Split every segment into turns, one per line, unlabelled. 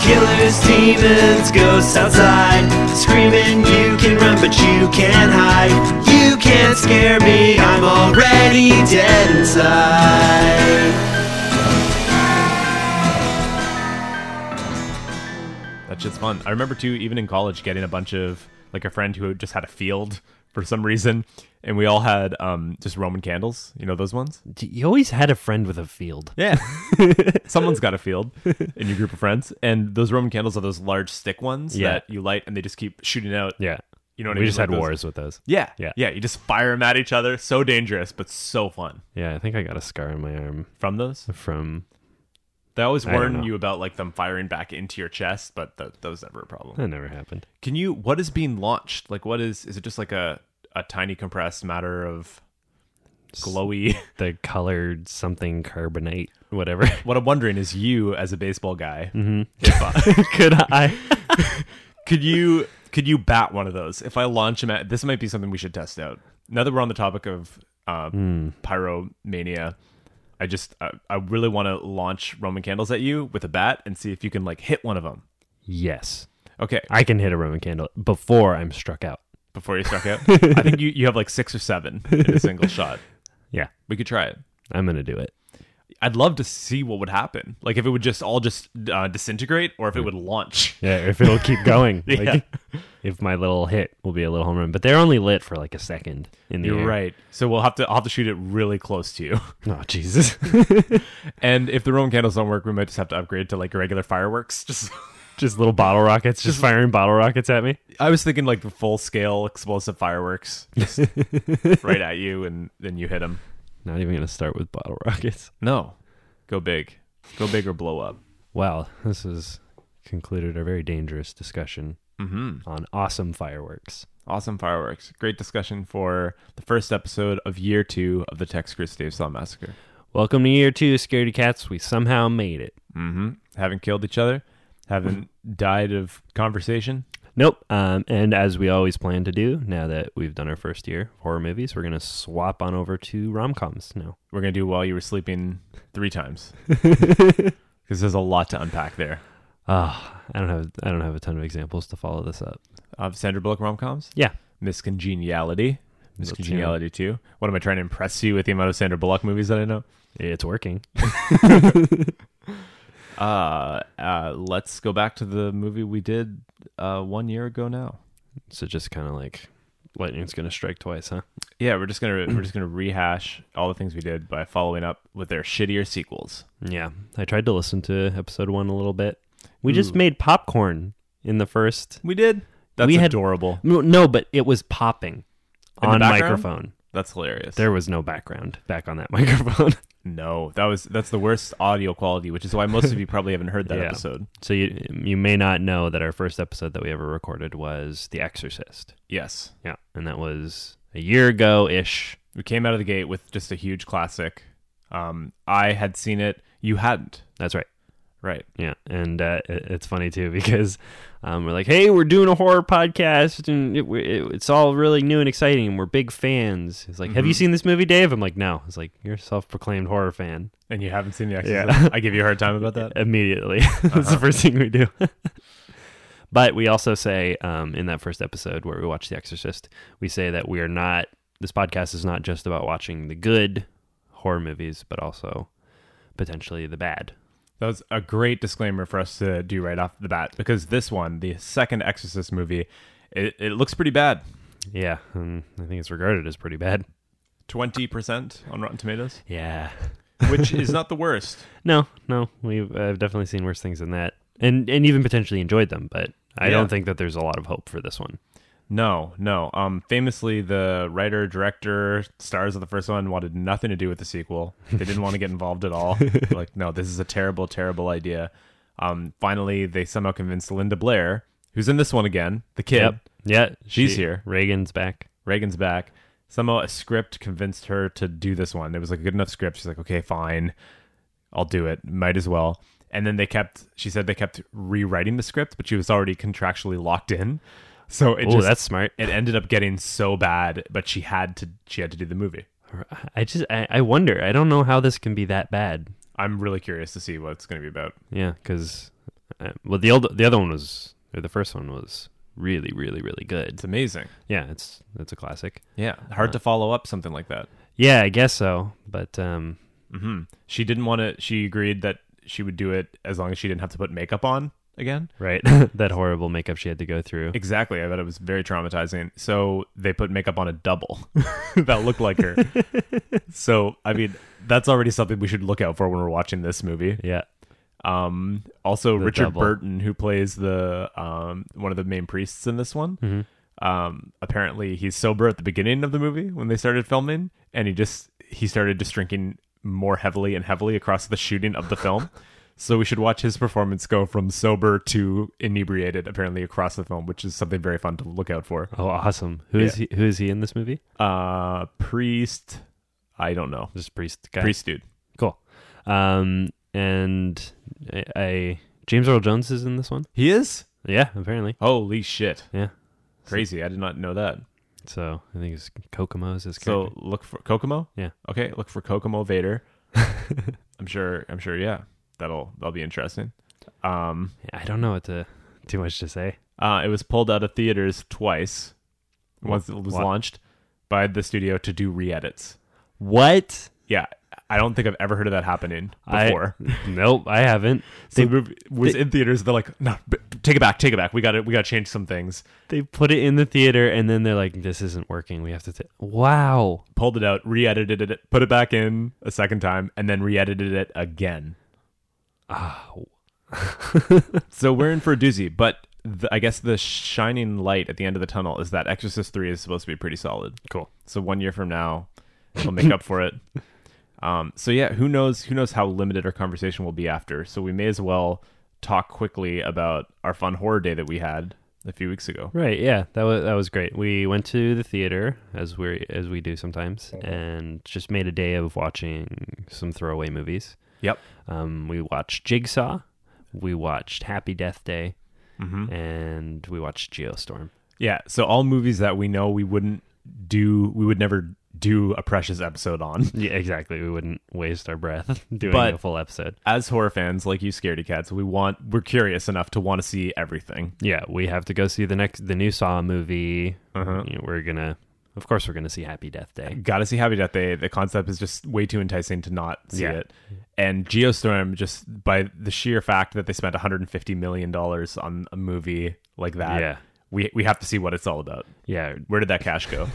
Tyler's demons, ghosts outside, screaming, You can run, but you can't hide. You can't scare me, I'm already dead inside.
That shit's fun. I remember too, even in college, getting a bunch of like a friend who just had a field for some reason, and we all had um just Roman candles. You know those ones?
You always had a friend with a field.
Yeah. Someone's got a field in your group of friends, and those Roman candles are those large stick ones
Yeah.
that you light, and they just keep shooting out.
Yeah.
You know what I
we
mean?
just
Like
had
those-
wars with those.
Yeah,
Yeah.
yeah. You just fire them at each other. So dangerous, but so fun.
Yeah, I think I got a scar on my arm
From those,
from.
they always
I don't
warn
know.
you about like them firing back into your chest, but th- that was never a problem.
That never happened.
Can you? What is being launched? Like, what is? Is it just like a a tiny compressed matter of glowy?
The colored something carbonate, whatever.
what I'm wondering is, you as a baseball guy,
Could I?
could you could you bat one of those? If I launch them at this, might be something we should test out. Now that we're on the topic of uh, pyromania, I just I, I really want to launch Roman candles at you with a bat and see if you can like hit one of them.
Yes.
Okay,
I can hit a Roman candle before I'm struck out.
before you struck out, I think you you have like six or seven in a single shot.
Yeah.
We could try it.
I'm going to do it.
I'd love to see what would happen. Like if it would just all just uh, disintegrate, or if it would launch.
Yeah, if it'll keep going. Like,
Yeah.
if my little hit will be a little home run. But they're only lit for like a second in the
You're
air.
right. So we'll have to I'll have to shoot it really close to you.
Oh, Jesus.
And if the Roman candles don't work, we might just have to upgrade to like regular fireworks. Just
just little bottle rockets, just firing bottle rockets at me.
I was thinking like the full scale explosive fireworks just right at you, and then you hit them.
Not even going to start with bottle rockets.
No, go big, go big or blow up.
Wow, this has concluded a very dangerous discussion on awesome fireworks.
Awesome fireworks. Great discussion for the first episode of year two of the Tex Chris Dave Saw Massacre.
Welcome to year two, Scaredy Cats. We somehow made it.
Mm-hmm. Haven't killed each other, haven't died of conversation.
Nope. Um, and as we always plan to do, now that we've done our first year of horror movies, we're going to swap on over to rom coms now.
We're gonna do while you were sleeping three times because there's a lot to unpack there.
Ah, I don't have I don't have a ton of examples to follow this up.
Of Sandra Bullock rom coms.
Yeah,
Miss Congeniality. Miss
Let's
Congeniality too. What am I trying to impress you with the amount of Sandra Bullock movies that I know?
it's working.
Uh, uh let's go back to the movie we did uh one year ago now.
So just kind of like lightning's going to strike twice, huh?
Yeah, we're just gonna we're just gonna rehash all the things we did by following up with their shittier sequels.
Yeah, I tried to listen to episode one a little bit. We just made popcorn in the first.
We did. That's
We had-
adorable.
No, no, but it was popping
In the
on
background?
microphone.
That's hilarious.
There was no background back on that microphone.
No, that was that's the worst audio quality, which is why most of you probably haven't heard that
Yeah.
episode.
so you you may not know that our first episode that we ever recorded was The Exorcist.
Yes,
Yeah, and that was a year ago ish.
we came out of the gate with just a huge classic. Um, I had seen it, you hadn't,
That's right.
right?
Yeah, and uh, it- it's funny too because um, we're like, hey, we're doing a horror podcast, and it, we- it, it's all really new and exciting, and we're big fans. He's like, have
Mm-hmm.
you seen this movie, Dave? I'm like, no. He's like, you're a self-proclaimed horror fan.
And you haven't seen the
Yeah.
Exorcist. I give you a hard time about that.
Immediately, that's
Uh-huh.
the first thing we do. but we also say um, in that first episode where we watch The Exorcist, we say that we are not. This podcast is not just about watching the good horror movies, but also potentially the bad.
That was a great disclaimer for us to do right off the bat because this one, the second Exorcist movie, it, it looks pretty bad.
Yeah, um, I think it's regarded as pretty bad.
Twenty percent on Rotten Tomatoes,
Yeah.
which is not the worst.
No, no, we've I've definitely seen worse things than that, and and even potentially enjoyed them. But I
Yeah.
don't think that there's a lot of hope for this one.
No, no. Um, famously, the writer, director, stars of the first one wanted nothing to do with the sequel. They didn't want to get involved at all. They're like, no, this is a terrible, terrible idea. Um, finally, they somehow convinced Linda Blair, who's in this one again, the kid,
Yeah,
She's
she-
here.
Reagan's back.
Reagan's back. Somehow, a script convinced her to do this one. It was like a good enough script. She's like, okay, fine, I'll do it. Might as well. And then they kept. She said they kept rewriting the script, but she was already contractually locked in. So it
Oh,
just
that's smart.
it ended up getting so bad, but she had to she had to do the movie.
I just I, I wonder. I don't know how this can be that bad.
I'm really curious to see what it's going to be about.
Yeah, because Uh, well, the old, the other one was, or the first one was really, really, really good.
It's amazing.
Yeah, it's it's a classic.
Yeah, hard to follow up something like that.
Yeah, I guess so. But um,
hmm She didn't want to. She agreed that she would do it as long as she didn't have to put makeup on again.
right, that horrible makeup she had to go through.
Exactly. I bet it was very traumatizing. So they put makeup on a double that looked like her. so I mean, that's already something we should look out for when we're watching this movie.
Yeah,
Um, also, Richard
double.
Burton, who plays the um, one of the main priests in this one, um, apparently he's sober at the beginning of the movie when they started filming, and he just he started just drinking more heavily and heavily across the shooting of the film. so we should watch his performance go from sober to inebriated, apparently across the film, which is something very fun to look out for.
Oh, awesome! Who is he? Who is he in this movie?
Uh, priest, I don't know,
Just priest guy.
priest dude.
cool. Um, and I, I James Earl Jones is in this one.
He is.
Yeah, apparently.
Holy shit!
Yeah,
Crazy. I did not know that.
so I think it's Kokomo's his
So
character.
look for Kokomo.
Yeah.
Okay. Look for Kokomo Vader. I'm sure. I'm sure. Yeah. That'll that'll be interesting. Um.
I don't know what to too much to say.
Uh. It was pulled out of theaters twice. Once it was
What?
launched by the studio to do re-edits.
What?
Yeah. I don't think I've ever heard of that happening before.
I, nope, I haven't.
so
They
the movie was in theaters. They're like, no, b- take it back, take it back. We got to We got to change some things.
they put it in the theater and then they're like, "This isn't working. We have to." T-. Wow.
Pulled it out, re-edited it, put it back in a second time, and then re-edited it again. Ah.
Oh,
So we're in for a doozy, but the, I guess the shining light at the end of the tunnel is that Exorcist 3 is supposed to be pretty solid.
cool.
So one year from now, we'll make up for it. Um, so yeah, who knows who knows how limited our conversation will be after. So we may as well talk quickly about our fun horror day that we had a few weeks ago.
Right, yeah, that was that was great. We went to the theater as we as we do sometimes, and just made a day of watching some throwaway movies.
Yep.
Um, we watched Jigsaw, we watched Happy Death Day, Mm-hmm. and we watched Geostorm.
Yeah, so all movies that we know we wouldn't do we would never do a precious episode on.
Yeah, exactly. We wouldn't waste our breath doing
But-
a full episode.
As horror fans like you scaredy cats, we want we're curious enough to want to see everything.
Yeah, we have to go see the next the new Saw movie.
Uh-huh.
You know, we're gonna, of course, we're gonna see Happy Death Day.
Gotta see Happy Death Day. The concept is just way too enticing to not see
Yeah.
it. And Geostorm, just by the sheer fact that they spent 150 million dollars on a movie like that,
Yeah.
we we have to see what it's all about.
Yeah,
Where did that cash go?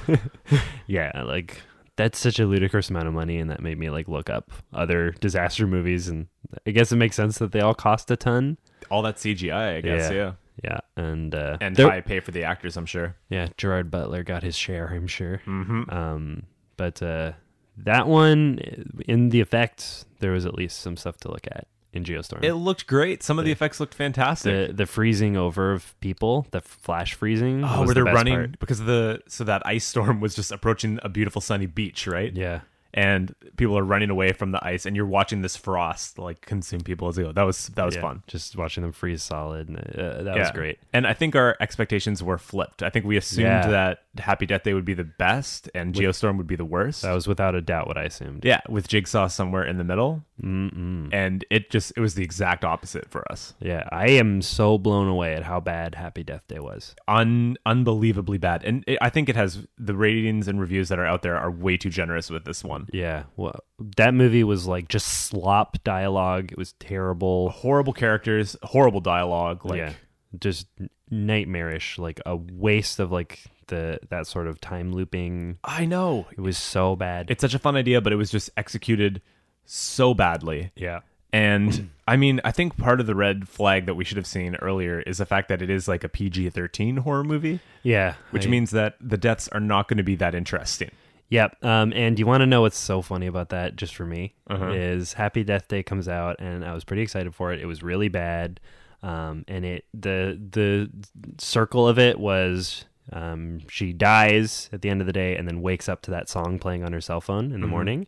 yeah like that's such a ludicrous amount of money and that made me like look up other disaster movies and i guess it makes sense that they all cost a ton
all that CGI, I guess. Yeah,
Yeah. yeah and uh
and
there-
high pay for the actors, I'm sure.
yeah gerard butler got his share i'm sure
Mm-hmm.
um but uh that one in the effects there was at least some stuff to look at in geostorm
It looked great. Some of the effects looked fantastic.
the, the freezing over of people the flash freezing
Oh, where
was the
they're
best
running
part.
because of the so that ice storm was just approaching a beautiful sunny beach, right?
yeah
And people are running away from the ice, and you're watching this frost like consume people as they go. That was that was
yeah,
fun.
just watching them freeze solid and, uh, that was great
And I think our expectations were flipped. I think we assumed
Yeah.
that Happy Death Day would be the best and Geostorm would be the worst.
that was without a doubt what i assumed
yeah, with Jigsaw somewhere in the middle. Mm-mm. And it just, it was the exact opposite for us.
Yeah, I am so blown away at how bad Happy Death Day was.
Un- unbelievably bad. And it, I think it has the ratings and reviews that are out there are way too generous with this one.
Yeah, well, that movie was like just slop dialogue. It was terrible.
Horrible characters, horrible dialogue. Oh, Like,
yeah, just nightmarish. Like a waste of like the that sort of time looping.
I know.
It was so bad.
It's such a fun idea, but it was just executed so badly.
yeah,
And I mean, I think part of the red flag that we should have seen earlier is the fact that it is like a PG 13 horror movie,
yeah.
which
I-
means that the deaths are not going to be that interesting.
Yep. Um, and you want to know what's so funny about that, just for me,
Uh-huh.
is Happy Death Day comes out, and I was pretty excited for it. It was really bad, um, and it the the circle of it was um, she dies at the end of the day, and then wakes up to that song playing on her cell phone in the
Mm-hmm.
morning,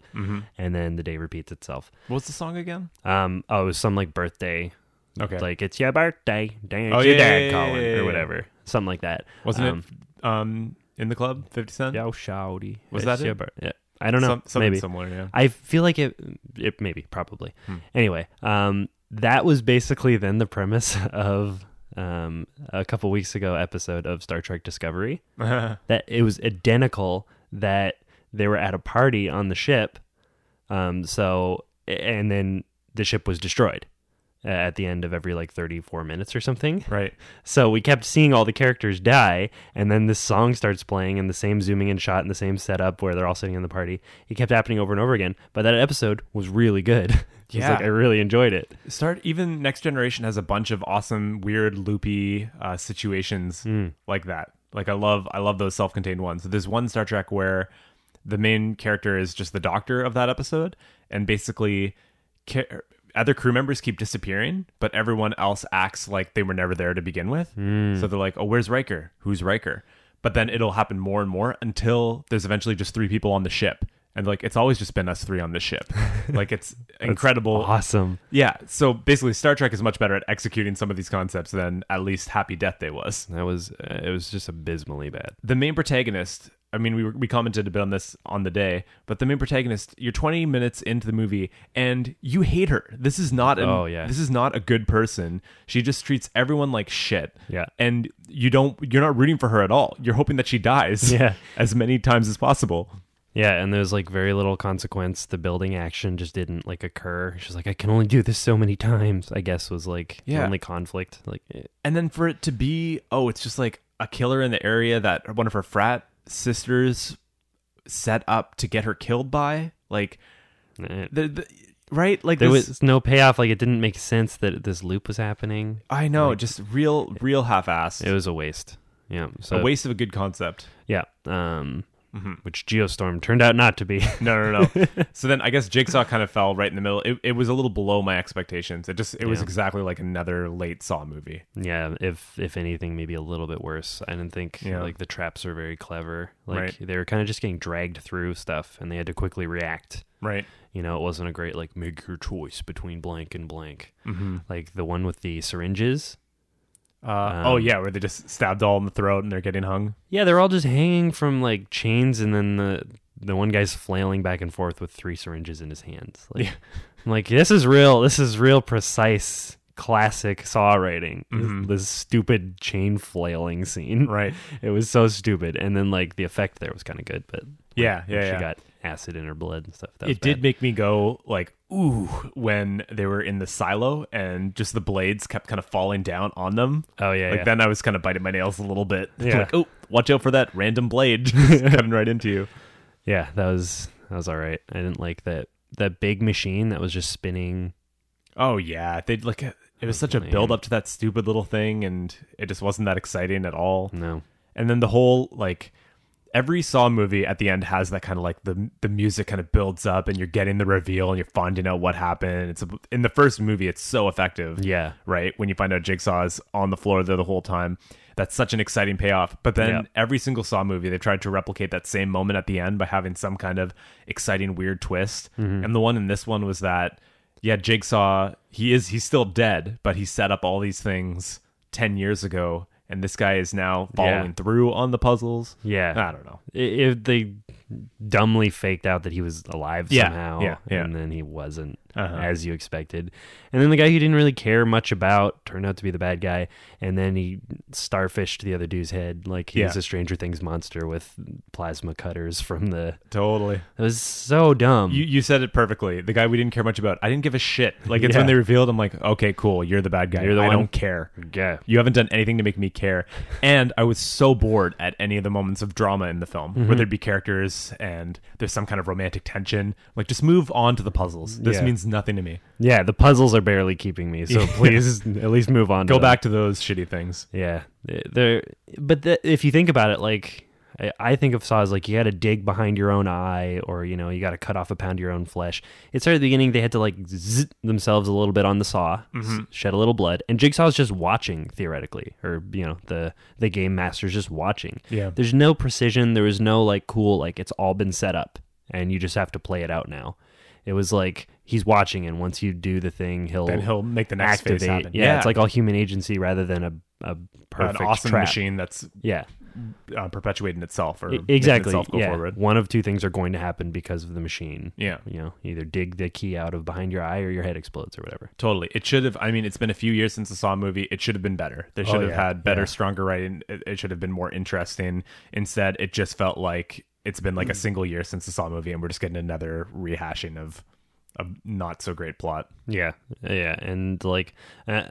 and then the day repeats itself.
What's the song again?
Um, oh, it was some like birthday,
Okay.
like it's your birthday, dance
Oh,
your
yeah,
dad
yeah, yeah,
calling
yeah, yeah,
or
yeah.
whatever, something like that.
Wasn't
Um,
it um, in the club, 50 Cent?
Yo, shouty.
Was
it's
that
your
it?
bir- Yeah. I don't know.
Some, something
maybe.
similar, yeah.
I feel like it, it maybe probably. Anyway, um, that was basically then the premise of um, a couple weeks ago episode of Star Trek Discovery. that it was identical that they were at a party on the ship. Um, so and then the ship was destroyed uh, at the end of every like 34 minutes or something.
right.
So we kept seeing all the characters die, and then this song starts playing and the same zooming in shot and the same setup where they're all sitting in the party. It kept happening over and over again. But that episode was really good. It was
Yeah.
like, I really enjoyed it.
Start even Next Generation has a bunch of awesome, weird, loopy uh, situations like that. Like I love, I love those self-contained ones. There's one Star Trek where the main character is just the doctor of that episode, and basically, ca- other crew members keep disappearing, but everyone else acts like they were never there to begin with. So they're like, "Oh, where's Riker? Who's Riker?" But then it'll happen more and more until there's eventually just three people on the ship, and like it's always just been us three on the ship. like it's incredible,
Awesome.
yeah, so basically, Star Trek is much better at executing some of these concepts than at least Happy Death Day was.
That was uh, it was just abysmally bad.
The main protagonist, I mean, we, were- we commented a bit on this on the day, but the main protagonist, you're 20 minutes into the movie and you hate her. This is not an,
Oh, yeah.
this is not a good person. She just treats everyone like shit.
Yeah.
and you don't you're not rooting for her at all. You're hoping that she dies.
Yeah.
as many times as possible.
Yeah, and there's like very little consequence. The building action just didn't like occur. She's like, I can only do this so many times. I guess was like
Yeah.
the only conflict. Like, eh,
and then for it to be oh it's just like a killer in the area that one of her frat sisters set up to get her killed by like
eh.
the, the right like
there
this,
was no payoff. Like, it didn't make sense that this loop was happening.
i know just real real half-assed
It was a waste. Yeah. So
a waste of a good concept
Yeah. Um,
Mm-hmm.
Which Geostorm turned out not to be.
no no no so then i guess jigsaw kind of fell right in the middle it, it was a little below my expectations it just it was
Yeah.
exactly like another late saw movie
yeah. If if anything, maybe a little bit worse. I didn't think
Yeah.
like the traps are very clever. Like
Right.
they were kind of just getting dragged through stuff, and they had to quickly react.
right
You know, it wasn't a great like make your choice between blank and blank.
Mm-hmm.
Like the one with the syringes.
uh, oh yeah where they just stabbed all in the throat and they're getting hung
Yeah, they're all just hanging from like chains, and then the the one guy's flailing back and forth with three syringes in his hands. Like, I'm like, this is real. This is real precise classic saw writing. This- This, stupid chain flailing scene.
Mm-hmm. Right.
It was so stupid, and then like the effect there was kind of good, but
yeah yeah
she
yeah.
got acid in her blood and stuff. That was
it did
bad.
make me go like ooh when they were in the silo and just the blades kept kind of falling down on them.
Oh, yeah,
like
yeah.
then I was kind of biting my nails a little bit.
Yeah.
like oh, watch out for that random blade just coming right into you.
Yeah, that was that was all right. I didn't like that that big machine that was just spinning.
Oh yeah, they would like it was such a
Lame.
build up to that stupid little thing, and it just wasn't that exciting at all.
No.
And then the whole like. Every Saw movie at the end has that kind of like the the music kind of builds up and you're getting the reveal and you're finding out what happened. It's a, in the first movie, it's so effective.
Yeah.
right? When you find out Jigsaw is on the floor there the whole time, that's such an exciting payoff. But then
Yeah.
every single Saw movie, they tried to replicate that same moment at the end by having some kind of exciting, weird twist.
Mm-hmm.
And the one in this one was that, yeah, Jigsaw, he is he's still dead, but he set up all these things ten years ago, and this guy is now following through on the puzzles.
Yeah.
I don't know.
i- if they dumbly faked out that he was alive
Yeah,
somehow,
yeah, yeah.
and then he wasn't,
Uh-huh.
as you expected. And then the guy who didn't really care much about turned out to be the bad guy, and then he starfished the other dude's head like he was
Yeah.
a Stranger Things monster with plasma cutters from the.
Totally.
It was so dumb.
You, you said it perfectly. The guy we didn't care much about. I didn't give a shit. Like it's
Yeah.
when they revealed, I'm like, okay, cool. You're the bad guy.
You're the
I
one-
don't care.
yeah,
You haven't done anything to make me care. And I was so bored at any of the moments of drama in the film,
Mm-hmm.
where there'd be characters and there's some kind of romantic tension. Like, just move on to the puzzles. This
Yeah.
means nothing to me.
yeah. The puzzles are barely keeping me, so please at least move on.
Go
to them.
back to those shitty things.
Yeah, there. But the, if you think about it, like I, I think of Saw as like you got to dig behind your own eye, or you know, you got to cut off a pound of your own flesh. It started at the beginning; they had to like zzz themselves a little bit on the saw,
Mm-hmm.
s- shed a little blood, and Jigsaw's just watching theoretically, or you know, the the game master's just watching.
Yeah.
there's no precision. There was no like cool, like it's all been set up, and you just have to play it out now. It was like he's watching, and once you do the thing, he'll
Then he'll make the next phase happen.
yeah, it's like all human agency rather than a, a
an
perfect
awesome
trap.
machine that's
Yeah,
uh, perpetuating itself or
E-
making
exactly.
itself go
yeah.
forward.
One of two things are going to happen because of the machine.
Yeah.
You know, either dig the key out of behind your eye or your head explodes or whatever.
Totally. It should have. I mean, it's been a few years since the Saw movie. It should have been better. They should have
Oh, yeah,
had better,
yeah.
stronger writing. It, it should have been more interesting. Instead, it just felt like it's been
Mm.
like a single year since the Saw movie, and we're just getting another rehashing of a not so great plot.
Yeah. Yeah. And like uh,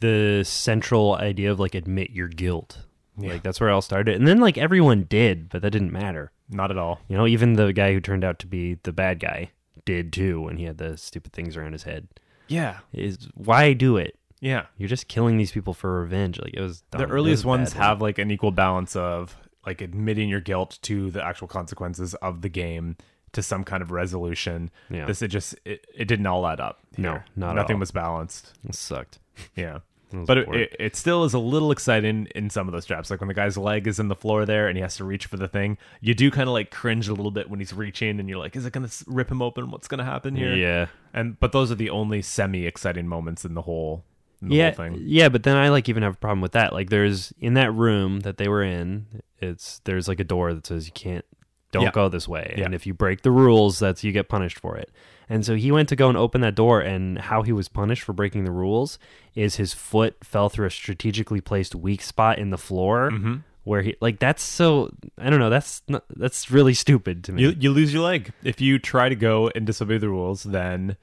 the central idea of like admit your guilt. Like that's where it all started. And then like everyone did, but that didn't matter.
Not at all.
You know, even the guy who turned out to be the bad guy did too when he had the stupid things around his head.
Yeah.
Is why do it?
Yeah.
You're just killing these people for revenge. Like it was
The
dumb. Oh, It
earliest
was
ones
bad.
have like an equal balance of like admitting your guilt to the actual consequences of the game to some kind of resolution.
Yeah.
This it just it, it didn't all add up.
No,
here.
not at
nothing
all.
was balanced.
It sucked.
Yeah.
was
But it,
boring.
it, it still is a little exciting in some of those traps. Like when the guy's leg is in the floor there and he has to reach for the thing, you do kind of like cringe a little bit when he's reaching and you're like, is it going to rip him open? What's going to happen here?
Yeah.
And but those are the only semi exciting moments in the whole, in the
yeah,
whole thing.
yeah, but then I like even have a problem with that. Like, there's in that room that they were in, it's there's like a door that says you can't, don't
Yeah.
go this way,
Yeah.
and if you break the rules, that's you get punished for it. And so he went to go and open that door, and how he was punished for breaking the rules is his foot fell through a strategically placed weak spot in the floor.
Mm-hmm.
Where he like that's so I don't know that's not, that's really stupid to me.
You, you lose your leg. If you try to go and disobey the rules, then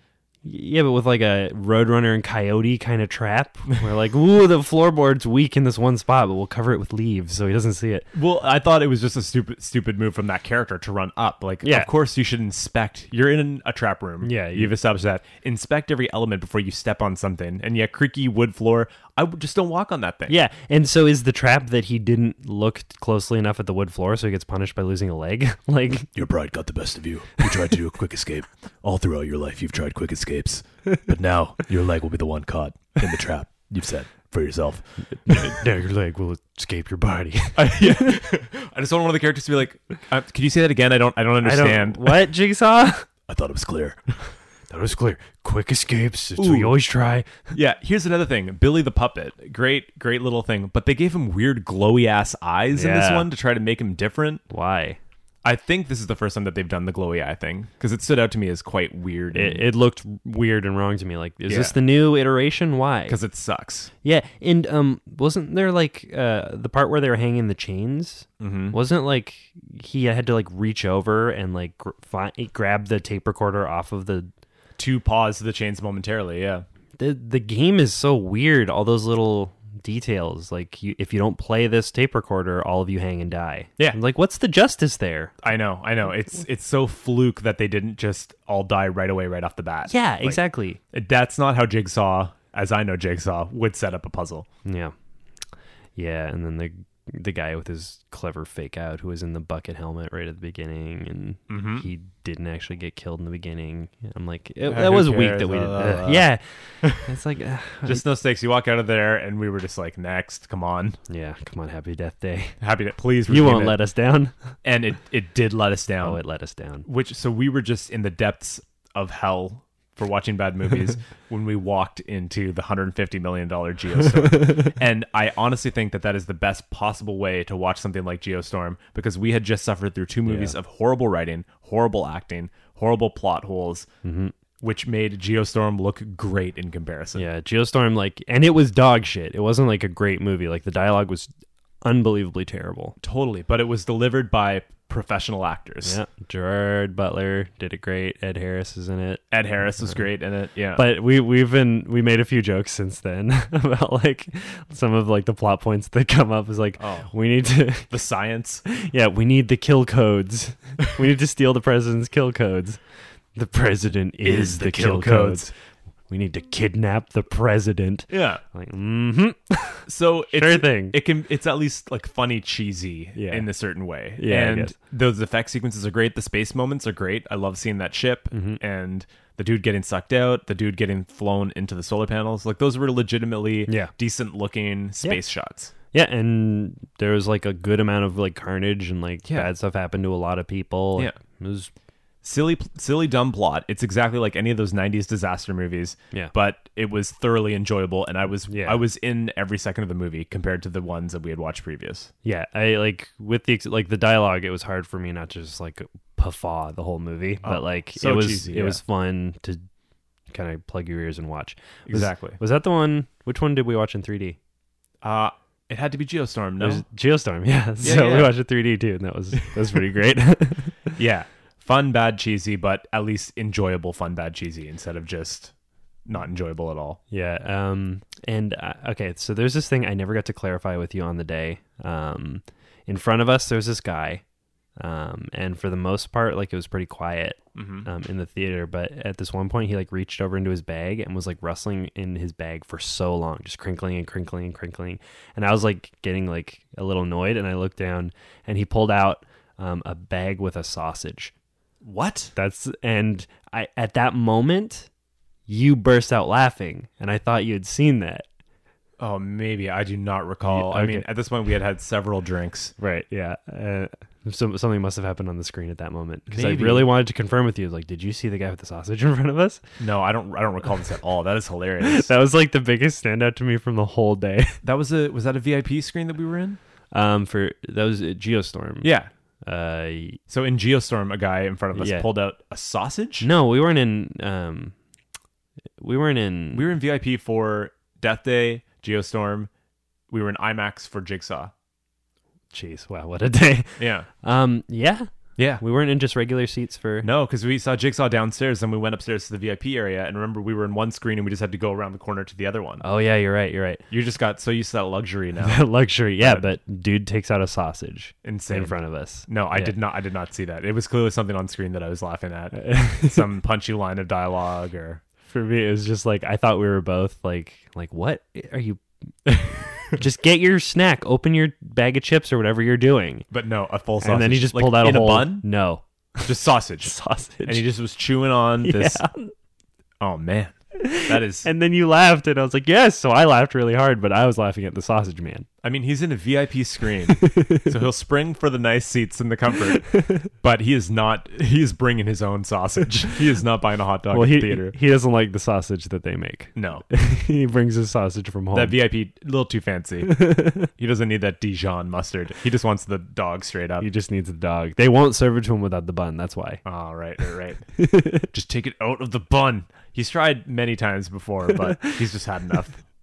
Yeah, but with like a Roadrunner and Coyote kind of trap, where like, ooh, the floorboard's weak in this one spot, but we'll cover it with leaves so he doesn't see it.
Well, I thought it was just a stupid, stupid move from that character to run up. Like,
Yeah.
of course you should inspect. You're in a trap room.
Yeah, you-
you've established that. Inspect every element before you step on something. And yeah, creaky wood floor. I would- just don't walk on that thing.
Yeah, and so is the trap that he didn't look closely enough at the wood floor, so he gets punished by losing a leg. like,
Your pride got the best of you. You tried to do a quick escape. All throughout your life, you've tried quick escapes. But now, your leg will be the one caught in the trap you've set for yourself.
now your leg will escape your body.
I, yeah. I just want one of the characters to be like, uh, "Can you say that again? I don't, I don't
I
understand."
don't what jigsaw.
I thought it was clear.
That was clear. Quick escapes. It's what you always try.
yeah. Here's another thing: Billy the puppet, great, great little thing. But they gave him weird glowy ass eyes in this
Yeah.
one to try to make him different.
Why?
I think this is the first time that they've done the glowy eye thing because it stood out to me as quite weird. and-
It, it looked weird and wrong to me. Like, is this
Yeah.
the new iteration? Why?
because it sucks.
Yeah, and um, wasn't there like uh the part where they were hanging the chains? Mm-hmm. Wasn't it, like he had to like reach over and like gr- fi- grab the tape recorder off of the
To pause the chains momentarily. Yeah,
the the game is so weird. All those little details, like you, if you don't play this tape recorder, all of you hang and die.
Yeah.
I'm like what's the justice there?
I know, I know. It's it's so fluke that they didn't just all die right away, right off the bat.
Yeah,
Like,
exactly.
That's not how Jigsaw, as I know Jigsaw, would set up a puzzle.
Yeah, yeah, and then the the guy with his clever fake out who was in the bucket helmet right at the beginning and
Mm-hmm.
he didn't actually get killed in the beginning i'm like it, that
who
was weak
cares?
that we
Uh,
didn't
uh, uh.
yeah it's like uh,
Just no stakes. You walk out of there, and we were just like, next, come on,
yeah come on happy death day
happy to please.
you won't let us down
and it it did let us down.
oh it let us down
which so we were just in the depths of hell for watching bad movies when we walked into the 150 million dollar geostorm and i honestly think that that is the best possible way to watch something like geostorm because we had just suffered through two movies of horrible writing horrible acting horrible plot holes
Mm-hmm.
which made geostorm look great in comparison
yeah geostorm like and it was dog shit it wasn't like a great movie like the dialogue was unbelievably terrible
totally but it was delivered by professional actors
yeah gerard butler did it great ed harris is in it
ed harris was great in it yeah
but we we've been we made a few jokes since then about like some of like the plot points that come up is like
Oh.
we need to
the science
yeah we need the kill codes we need to steal the president's kill codes the president is, the, kill, codes. we need to kidnap the president
yeah
like mm-hmm
so it's,
Sure thing.
It can. It's at least like funny, cheesy
Yeah.
in a certain way.
Yeah, I
and
guess.
those effect sequences are great. The space moments are great. I love seeing that ship
Mm-hmm.
and the dude getting sucked out, the dude getting flown into the solar panels. Like those were legitimately
Yeah.
decent looking space shots.
yeah and there was like a good amount of like carnage and like bad stuff happened to a lot of people
Yeah.
it was
silly, silly, dumb plot. It's exactly like any of those '90s disaster movies.
Yeah.
but it was thoroughly enjoyable, and I was
Yeah.
I was in every second of the movie compared to the ones that we had watched previous.
Yeah, I like with the ex- like the dialogue. It was hard for me not to just like puffaw the whole movie, but like
Oh, so
it was
cheesy,
it
yeah.
was fun to kind of plug your ears and watch. Was-
Exactly.
Was that the one? Which one did we watch in 3D?
Uh it had to be Geostorm.
It
No,
was Geostorm. Yeah. so
yeah.
we watched it 3D too, and that was that was pretty great.
yeah, fun, bad, cheesy, but at least enjoyable. Fun, bad, cheesy instead of just not enjoyable at all.
Yeah. Um. And uh, okay, so there's this thing I never got to clarify with you on the day. Um. In front of us, there's this guy. Um. And for the most part, like it was pretty quiet. Um. In the theater, but at this one point, he like reached over into his bag and was like rustling in his bag for so long, just crinkling and crinkling and crinkling. And I was like getting like a little annoyed, and I looked down, and he pulled out um a bag with a sausage.
What?
That's and I at that moment you burst out laughing and I thought you had seen that.
Oh, maybe I do not recall.
Yeah,
I
okay.
mean, at this point, we had had several drinks.
Right. Yeah. Uh, some, something must have happened on the screen at that moment because I
Maybe.
really wanted to confirm with you. Like, did you see the guy with the sausage in front of us?
No, I don't. I don't recall this at all. That is hilarious.
That was like the biggest standout to me from the whole day.
That was a was that a VIP screen that we were in?
Um, for that was at Geostorm.
Yeah.
Uh,
So in Geostorm, a guy in front of us
Yeah.
pulled out a sausage.
no, we weren't in. Um, we weren't in.
We were in VIP for Death Day, Geostorm. We were in IMAX for Jigsaw.
Jeez, wow, what a day.
Yeah.
Um, yeah,
Yeah.
we weren't in just regular seats for.
No, because we saw Jigsaw downstairs, then we went upstairs to the VIP area, and remember we were in one screen and we just had to go around the corner to the other one.
Oh yeah, you're right. You're right.
You just got so used to that luxury now.
luxury. Yeah, but dude takes out a sausage
Insane.
in front of us.
No, I
Yeah.
did not. I did not see that. It was clearly something on screen that I was laughing at, some punchy line of dialogue or
For me, it was just like I thought we were both like, like what are you? just get your snack. Open your bag of chips or whatever you're doing.
But no, a full sausage.
And then he just
Like,
pulled out
in
a, whole
bun,
No
just sausage,
sausage.
and he just was chewing on this.
Yeah.
Oh man, that is.
And then you laughed, and I was like, yes. So I laughed really hard, but I was laughing at the sausage man.
I mean, he's in a VIP screen, so he'll spring for the nice seats and the comfort. But he is not. He is bringing his own sausage. He is not buying a hot dog
well,
at
he
the theater.
he doesn't like the sausage that they make.
No,
he brings his sausage from home.
that VIP a little too fancy. he doesn't need that Dijon mustard. He just wants the dog straight up.
he just needs a dog. They won't serve it to him without the bun. That's why.
All right, oh, right, right, right. just take it out of the bun. He's tried many times before, but he's just had enough.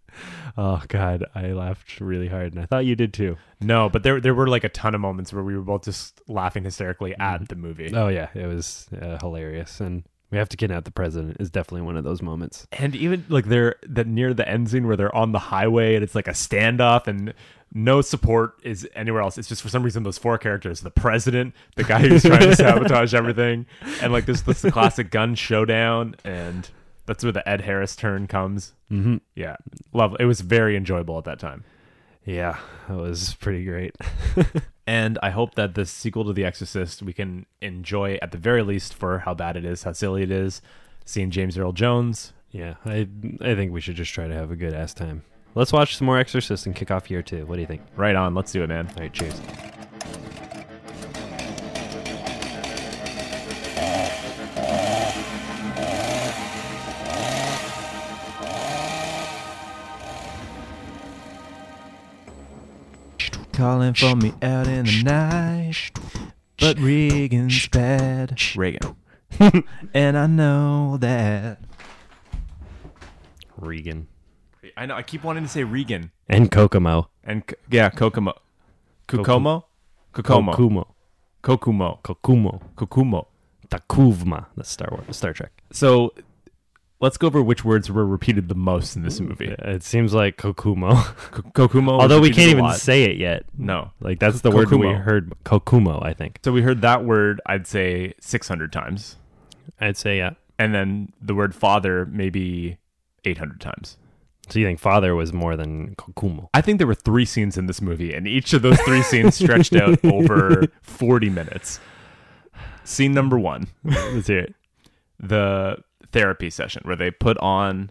Oh God, I laughed really hard, and I thought you did too.
No, but there there were like a ton of moments where we were both just laughing hysterically at the movie.
Oh yeah, it was uh, hilarious, and we have to kidnap the president is definitely one of those moments.
And even like they're that near the end scene where they're on the highway and it's like a standoff and no support is anywhere else. It's just for some reason those four characters, the president, the guy who's trying to sabotage everything, and like this this classic gun showdown and that's where the Ed Harris turn comes. Mm-hmm. Yeah. Love it was very enjoyable at that time.
Yeah, it was pretty great.
And I hope that the sequel to The Exorcist we can enjoy at the very least for how bad it is, how silly it is. Seeing James Earl Jones.
yeah, I I think we should just try to have a good ass time. Let's watch some more Exorcist and kick off year two. What do you think?
Right on. Let's do it, man.
All right, cheers.
Calling for me out in the night. But Reagan's bad. Reagan. and I know that.
Regan
I know. I keep wanting to say Regan
and Kokomo.
and C- yeah, Kokomo, Kokomo, Kokomo,
Kokumo.
Kokumo,
Kokumo.
Kokumo.
Takuvma. That's Star Wars. Star Trek.
So, let's go over which words were repeated the most in this movie.
Uh, It seems like Kokumo.
K- Kokumo. was
Although we
repeated
can't
a
even
lot.
say it yet.
no.
Like that's the word we
Kokumo.
heard. Kokumo, I think.
So we heard that word. I'd say six hundred times,
I'd say yeah.
and then the word father maybe eight hundred times.
So you think father was more than Kokumo?
I think there were three scenes in this movie, and each of those three scenes stretched out over 40 minutes. Scene number one
Let's hear it.
the therapy session where they put on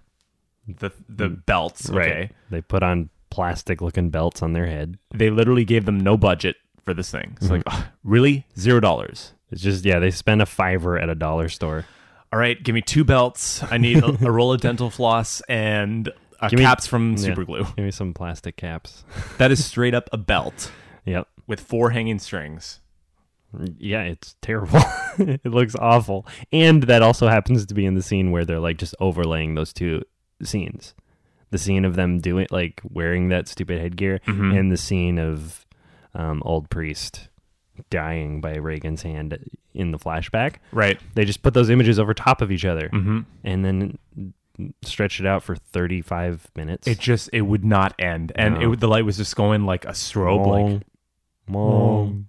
the the belts. Okay.
They put on plastic looking belts on their head.
Mm-hmm. They literally gave them no budget for this thing. It's like, "Ugh, really? Zero dollars.
It's just yeah, they spend a fiver at a dollar store.
All right, give me two belts. I need a, a roll of dental floss and uh,
Give me-
caps from
Yeah.
super glue.
Give me some plastic caps.
That is straight up a belt
Yep.
with four hanging strings.
Yeah, it's terrible. it looks awful. And that also happens to be in the scene where they're like just overlaying those two scenes. The scene of them doing like wearing that stupid headgear and the scene of um, old priest dying by Reagan's hand in the flashback.
Right.
They just put those images over top of each other
Mm-hmm.
and then stretch it out for 35 minutes.
It just it would not end, and
No.
it would the light was just going like a strobe, like
Wrong.
wrong.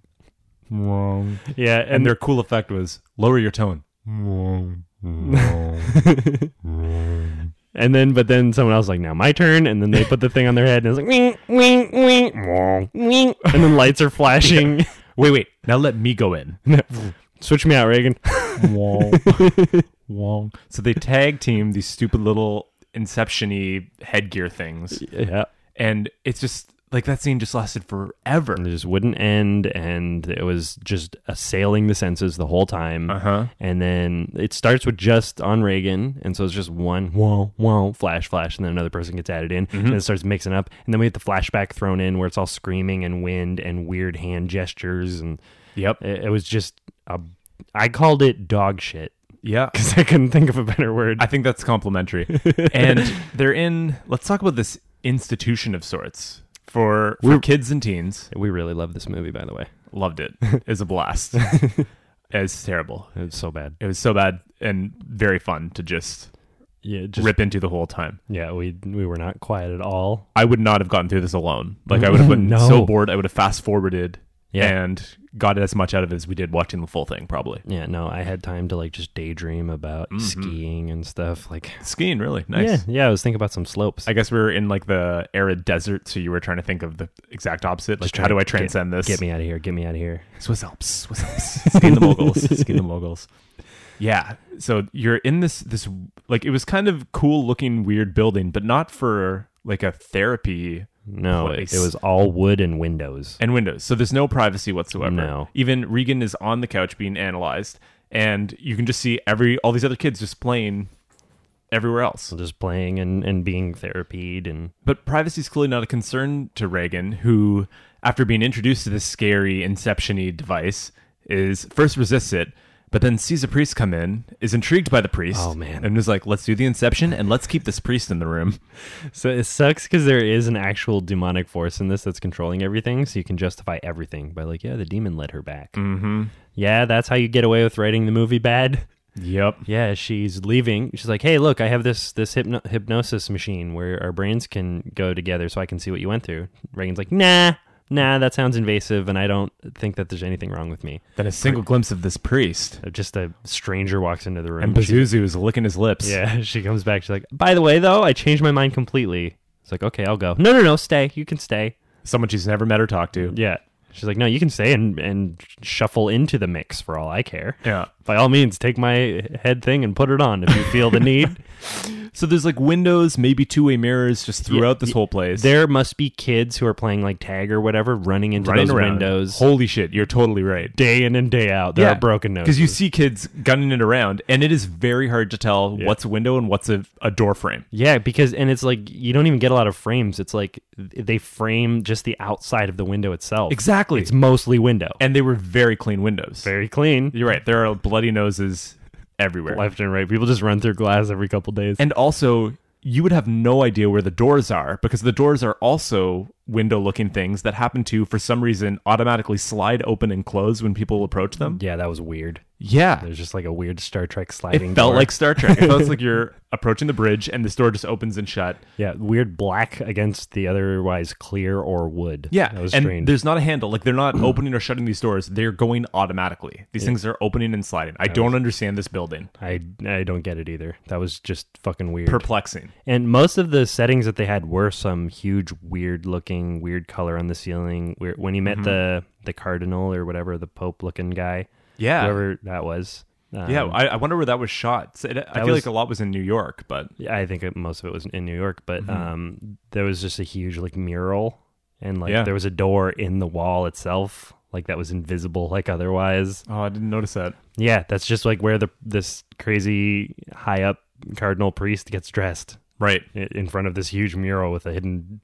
Yeah,
And their cool effect was lower your tone.
And then, but then someone else is like, now my turn. And then they put the thing on their head and it's like, wing, wing, wing, wong, wing. And then lights are flashing.
Wait, wait. Now let me go in.
Switch me out, Reagan.
So they tag team these stupid little inception-y headgear things,
Yeah.
and it's just like that scene just lasted forever.
And it just wouldn't end. And it was just assailing the senses the whole time.
Uh-huh.
And then it starts with just on Reagan. And so it's just one, whoa, whoa, flash, flash. And then another person gets added in. And it starts mixing up. And then we get the flashback thrown in where it's all screaming and wind and weird hand gestures. And
Yep.
it, it was just, a, I called it dog shit.
Yeah.
because I couldn't think of a better word.
I think that's complimentary. and they're in. Let's talk about this institution of sorts for, for kids and teens.
we really love this movie, by the way.
Loved it. It was a blast. it's terrible.
It's so bad.
It was so bad and very fun to just,
Yeah, just,
rip into the whole time.
Yeah, we we were not quiet at all.
I would not have gotten through this alone. Like I would have been
Mm. No.
so bored. I would have fast forwarded
Yeah.
and got as much out of it as we did watching the full thing. Probably
Yeah, no, I had time to like just daydream about skiing and stuff. Like,
skiing really nice.
yeah, yeah, I was thinking about some slopes.
I guess we were in like the arid desert, so you were trying to think of the exact opposite. Like,
Just
how do I
trying to get-
transcend this?
Get me out of here! Get me out of here!
Swiss Alps, Swiss Alps, skin the moguls, skin the moguls. Yeah, so you're in this this like it was kind of cool looking weird building, but not for like a therapy
No, it,
Place.
it was all wood and windows.
and windows. So there's no privacy whatsoever.
No.
Even Regan is on the couch being analyzed, and you can just see every all these other kids just playing everywhere else.
Just playing and, and being therapied and
But privacy is clearly not a concern to Reagan, who, after being introduced to this scary inception y device, is first resists it, but then sees a priest come in, is intrigued by the priest.
Oh, man.
And is like, let's do the inception and let's keep this priest in the room.
so it sucks because there is an actual demonic force in this that's controlling everything. So you can justify everything by like, yeah, the demon led her back.
Mm-hmm.
Yeah, that's how you get away with writing the movie bad.
Yep.
Yeah, she's leaving. She's like, "Hey, look, I have this this hypno- hypnosis machine where our brains can go together, so I can see what you went through." Reagan's like, "Nah, nah, that sounds invasive, and I don't think that there's anything wrong with me."
Then a single glimpse of this priest.
Uh, Just a stranger walks into the room.
And
She-
Pazuzu is licking his lips.
yeah, she comes back. She's like, "By the way, though, I changed my mind completely." It's like, "Okay, I'll go." No, no, no, stay. You can stay.
Someone she's never met or talked to.
Yeah. She's like, "No, you can stay and and shuffle into the mix for all I care."
Yeah.
By all means, take my head thing and put it on if you feel the need.
So there's like windows, maybe two way mirrors just throughout this
yeah.
whole place.
There must be kids who are playing like tag or whatever running into
running
those
around.
windows
Holy shit, you're totally right.
day in and day out. There are broken noses.
Because you see kids gunning it around, and it is very hard to tell
Yeah.
what's a window and what's a, a door frame.
yeah, because and it's like you don't even get a lot of frames. It's like they frame just the outside of the window itself.
Exactly.
It's mostly window.
and they were very clean windows.
very clean.
You're right. There are bloody noses everywhere.
Left and right. People just run through glass every couple days.
And also, you would have no idea where the doors are because the doors are also window looking things that happen to, for some reason, automatically slide open and close when people approach them.
yeah, that was weird.
Yeah.
There's just like a weird Star Trek
It
sliding.
felt
door.
like Star Trek. It felt like you're approaching the bridge and this door just opens and shut.
yeah, weird black against the otherwise clear or wood.
Yeah,
that was
and
strange.
there's not a handle. Like they're not opening or shutting these doors. They're going automatically. These things are opening and sliding. I don't understand this building.
I I don't get it either. That was just fucking weird.
Perplexing.
And most of the settings that they had were some huge, weird looking, weird color on the ceiling. Where when he met the the cardinal or whatever, the pope looking guy,
Yeah,
whoever that was. Um,
yeah. I, I wonder where that was shot. So it- I feel
was-
like a lot was in New York, but
I think it, most of it was in New York, but
Mm-hmm.
um, there was just a huge like mural, and like
Yeah.
there was a door in the wall itself. like that was invisible like otherwise.
Oh, I didn't notice that.
Yeah, that's just like where the this crazy high up cardinal priest gets dressed
Right.
i- in front of this huge mural with a hidden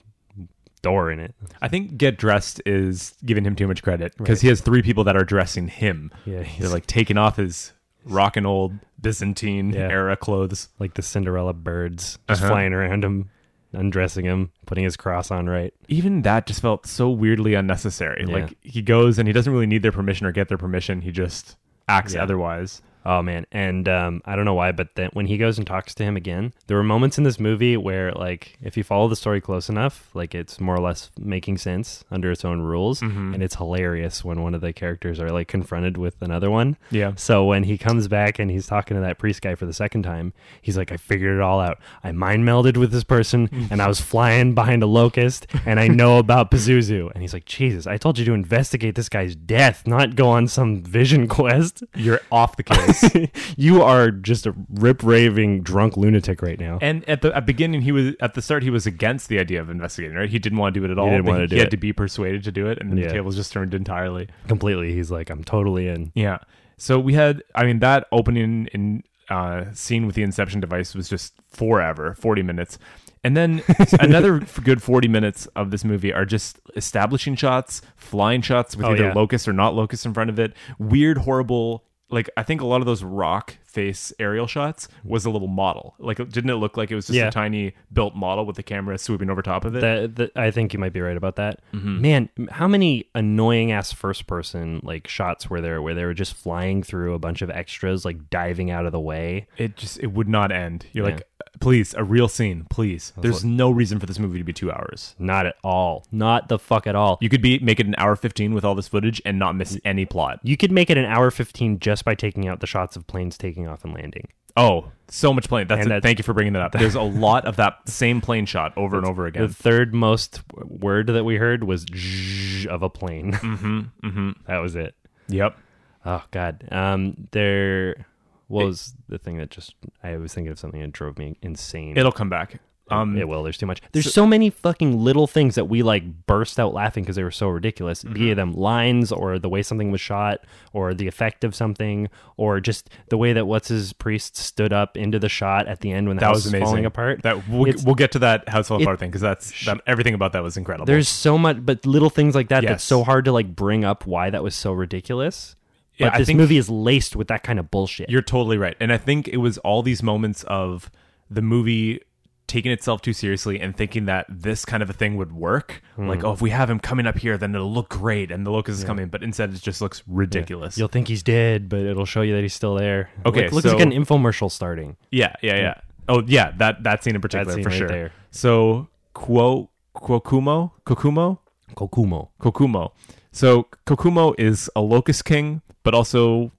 door in it.
I think get dressed is giving him too much credit because
Right.
he has three people that are dressing him.
Yeah,
They're
he's like
like taking off his rock and old Byzantine
Yeah.
era clothes.
like the Cinderella birds just
Uh-huh.
flying around him, undressing him, putting his cross on right.
Even that just felt so weirdly unnecessary.
Yeah.
Like he goes and he doesn't really need their permission or get their permission. He just acts
Yeah.
otherwise.
Oh man, and um, I don't know why, but then when he goes and talks to him again, there were moments in this movie where, like, if you follow the story close enough, like it's more or less making sense under its own rules,
Mm-hmm.
and it's hilarious when one of the characters are like confronted with another one.
Yeah.
So when he comes back and he's talking to that priest guy for the second time, he's like, "I figured it all out. I mind melded with this person, and I was flying behind a locust, and I know about Pazuzu." And he's like, "Jesus, I told you to investigate this guy's death, not go on some vision quest."
You're off the case.
you are just a rip raving drunk lunatic right now.
and at the at beginning, he was at the start. He was against the idea of investigating. Right? He didn't want to do it at all.
didn't
but
want
he,
to do
he had
it.
to be persuaded to do it, and then
Yeah.
the tables just turned entirely.
Completely, he's like, I'm totally in.
Yeah. So we had, I mean, that opening in uh, scene with the Inception device was just forever, forty minutes, and then another f- good forty minutes of this movie are just establishing shots, flying shots with
Oh,
either
yeah.
locust or not locust in front of it, weird, horrible. Like I think a lot of those rock face aerial shots was a little model. Like didn't it look like it was just
Yeah.
a tiny built model with the camera swooping over top of it?
That, that I think you might be right about that. Man, m- how many annoying ass first person like shots were there where they were just flying through a bunch of extras, like diving out of the way?
it just it would not end. You're
Yeah.
like, please, a real scene, please. There's no reason for this movie to be two hours.
Not at all. Not the fuck at all. You,
You could be make it an hour fifteen with all this footage and not miss any plot.
you could make it an hour fifteen just by taking out the shots of planes taking off and landing.
Oh, so much plane. That's,
And
it.
that's-
thank you for bringing that up. There's a lot of that same plane shot over and over
The
again.
third most w- word that we heard was zhuzh of a plane. Mm-hmm, mm-hmm. that was it.
Yep.
Oh God. Um, there what was the thing that just I was thinking of something that drove me insane.
It'll come back. Um,
it will. There's too much. There's so, many fucking little things that we like burst out laughing because they were so ridiculous.
Mm-hmm.
Be them lines or the way something was shot or the effect of something or just the way that what's his priest stood up into the shot at the end when the
that
house
was amazing.
is falling apart.
That we'll,
It's-
we'll get to that house fell
it-
apart thing because that's that, everything about that was incredible.
There's so much, but little things like that that's
Yes.
so hard to like bring up why that was so ridiculous.
Yeah,
but
I
this
think-
movie is laced with that kind of bullshit.
You're totally right. And I think it was all these moments of the movie taking itself too seriously and thinking that this kind of a thing would work.
Hmm.
Like, oh, if we have him coming up here, then it'll look great and the locust is coming. But instead, it just looks ridiculous.
You'll think he's dead, but it'll show you that he's still there.
Okay,
Look- looks
so-
like an infomercial starting.
Yeah, yeah, yeah. Oh, yeah. That that scene in particular,
scene
for
right
sure.
there.
So Quo Quokumo Kokumo
Kokumo.
Kokumo. So Kokumo is a locust king, but also